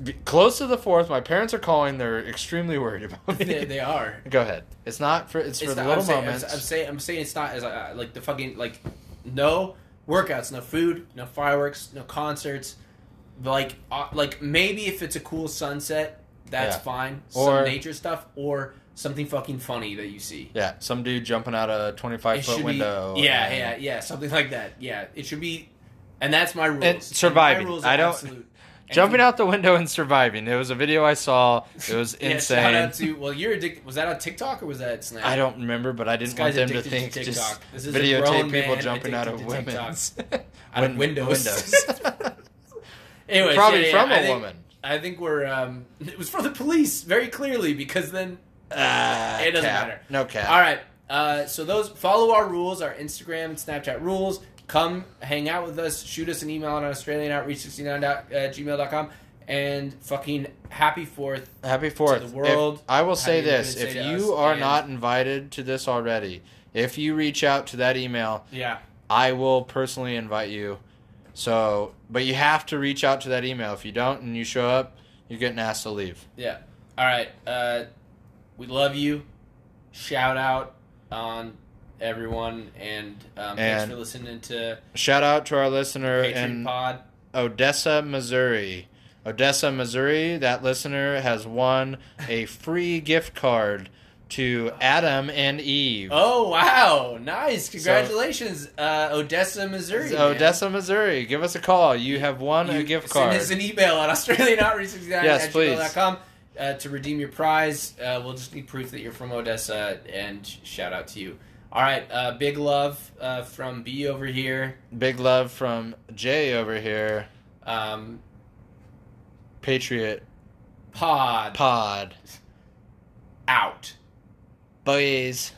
Speaker 2: b- close to the fourth. My parents are calling. They're extremely worried about me.
Speaker 1: they, they are.
Speaker 2: Go ahead. It's not for. It's, for
Speaker 1: It's not,
Speaker 2: the
Speaker 1: I'm
Speaker 2: little
Speaker 1: saying, I'm,
Speaker 2: moments.
Speaker 1: I'm saying I'm saying it's not as uh, like the fucking like no workouts, no food, no fireworks, no concerts. Like uh, like maybe if it's a cool sunset, that's
Speaker 2: Yeah.
Speaker 1: fine.
Speaker 2: Or-
Speaker 1: Some nature stuff or something fucking funny that you see.
Speaker 2: yeah, some dude jumping out a twenty-five
Speaker 1: It
Speaker 2: foot
Speaker 1: should
Speaker 2: window.
Speaker 1: be yeah,
Speaker 2: and-
Speaker 1: yeah, yeah, something like that. Yeah, it should be, and that's my rules.
Speaker 2: And
Speaker 1: my
Speaker 2: surviving.
Speaker 1: rules
Speaker 2: I
Speaker 1: are
Speaker 2: don't-
Speaker 1: And
Speaker 2: Jumping
Speaker 1: you-
Speaker 2: out the window and surviving. It was a video I saw. It was
Speaker 1: yeah,
Speaker 2: insane.
Speaker 1: Shout out to well, you're addicted. Was that on TikTok or was that Snap?
Speaker 2: I don't remember, but I didn't
Speaker 1: This guy's
Speaker 2: want them to
Speaker 1: addicted to
Speaker 2: think just
Speaker 1: TikTok. This is a grown
Speaker 2: videotape people
Speaker 1: man
Speaker 2: jumping out of
Speaker 1: addicted to
Speaker 2: women's
Speaker 1: Out of
Speaker 2: Win-
Speaker 1: windows.
Speaker 2: windows.
Speaker 1: Anyways,
Speaker 2: Probably
Speaker 1: yeah, yeah,
Speaker 2: from
Speaker 1: I
Speaker 2: a
Speaker 1: think-
Speaker 2: woman.
Speaker 1: I think we're. Um, it was for the police, very clearly, because then.
Speaker 2: Ah,
Speaker 1: uh, It doesn't
Speaker 2: cap.
Speaker 1: matter.
Speaker 2: No cap.
Speaker 1: All right. Uh, so those follow our rules, our Instagram and Snapchat uh, rules. Come hang out with us. Shoot us an email on Australian Outreach 69 gmail.com. and fucking happy fourth.
Speaker 2: Happy Fourth.
Speaker 1: the world,
Speaker 2: If- I will say
Speaker 1: happy to
Speaker 2: this:
Speaker 1: say
Speaker 2: if
Speaker 1: to
Speaker 2: you
Speaker 1: us,
Speaker 2: are
Speaker 1: and-
Speaker 2: not invited to this already, if you reach out to that email,
Speaker 1: Yeah.
Speaker 2: I will personally invite you. So, but you have to reach out to that email. If you don't and you show up, you're getting asked to leave.
Speaker 1: Yeah. All right. Uh, we love you. Shout out on everyone, and, um, thanks
Speaker 2: And-
Speaker 1: for listening to
Speaker 2: Shout out to our listener
Speaker 1: Patreon
Speaker 2: in
Speaker 1: Pod.
Speaker 2: Odessa, Missouri. Odessa, Missouri. That listener has won a free gift card to Adam and Eve.
Speaker 1: Oh wow! Nice, congratulations, uh, Odessa, Missouri.
Speaker 2: It's
Speaker 1: man.
Speaker 2: Odessa, Missouri. Give us a call. You have won a
Speaker 1: You
Speaker 2: gift
Speaker 1: send
Speaker 2: card.
Speaker 1: us an email at australianoutreach69
Speaker 2: Yes,
Speaker 1: at
Speaker 2: please.
Speaker 1: gmail.com uh, to redeem your prize. Uh, we'll just need proof that you're from Odessa, and sh- shout out to you. All right, uh, big love uh, from B over here.
Speaker 2: Big love from Jay over here.
Speaker 1: Um,
Speaker 2: Patriot
Speaker 1: pod
Speaker 2: Pod.
Speaker 1: out.
Speaker 2: Boys.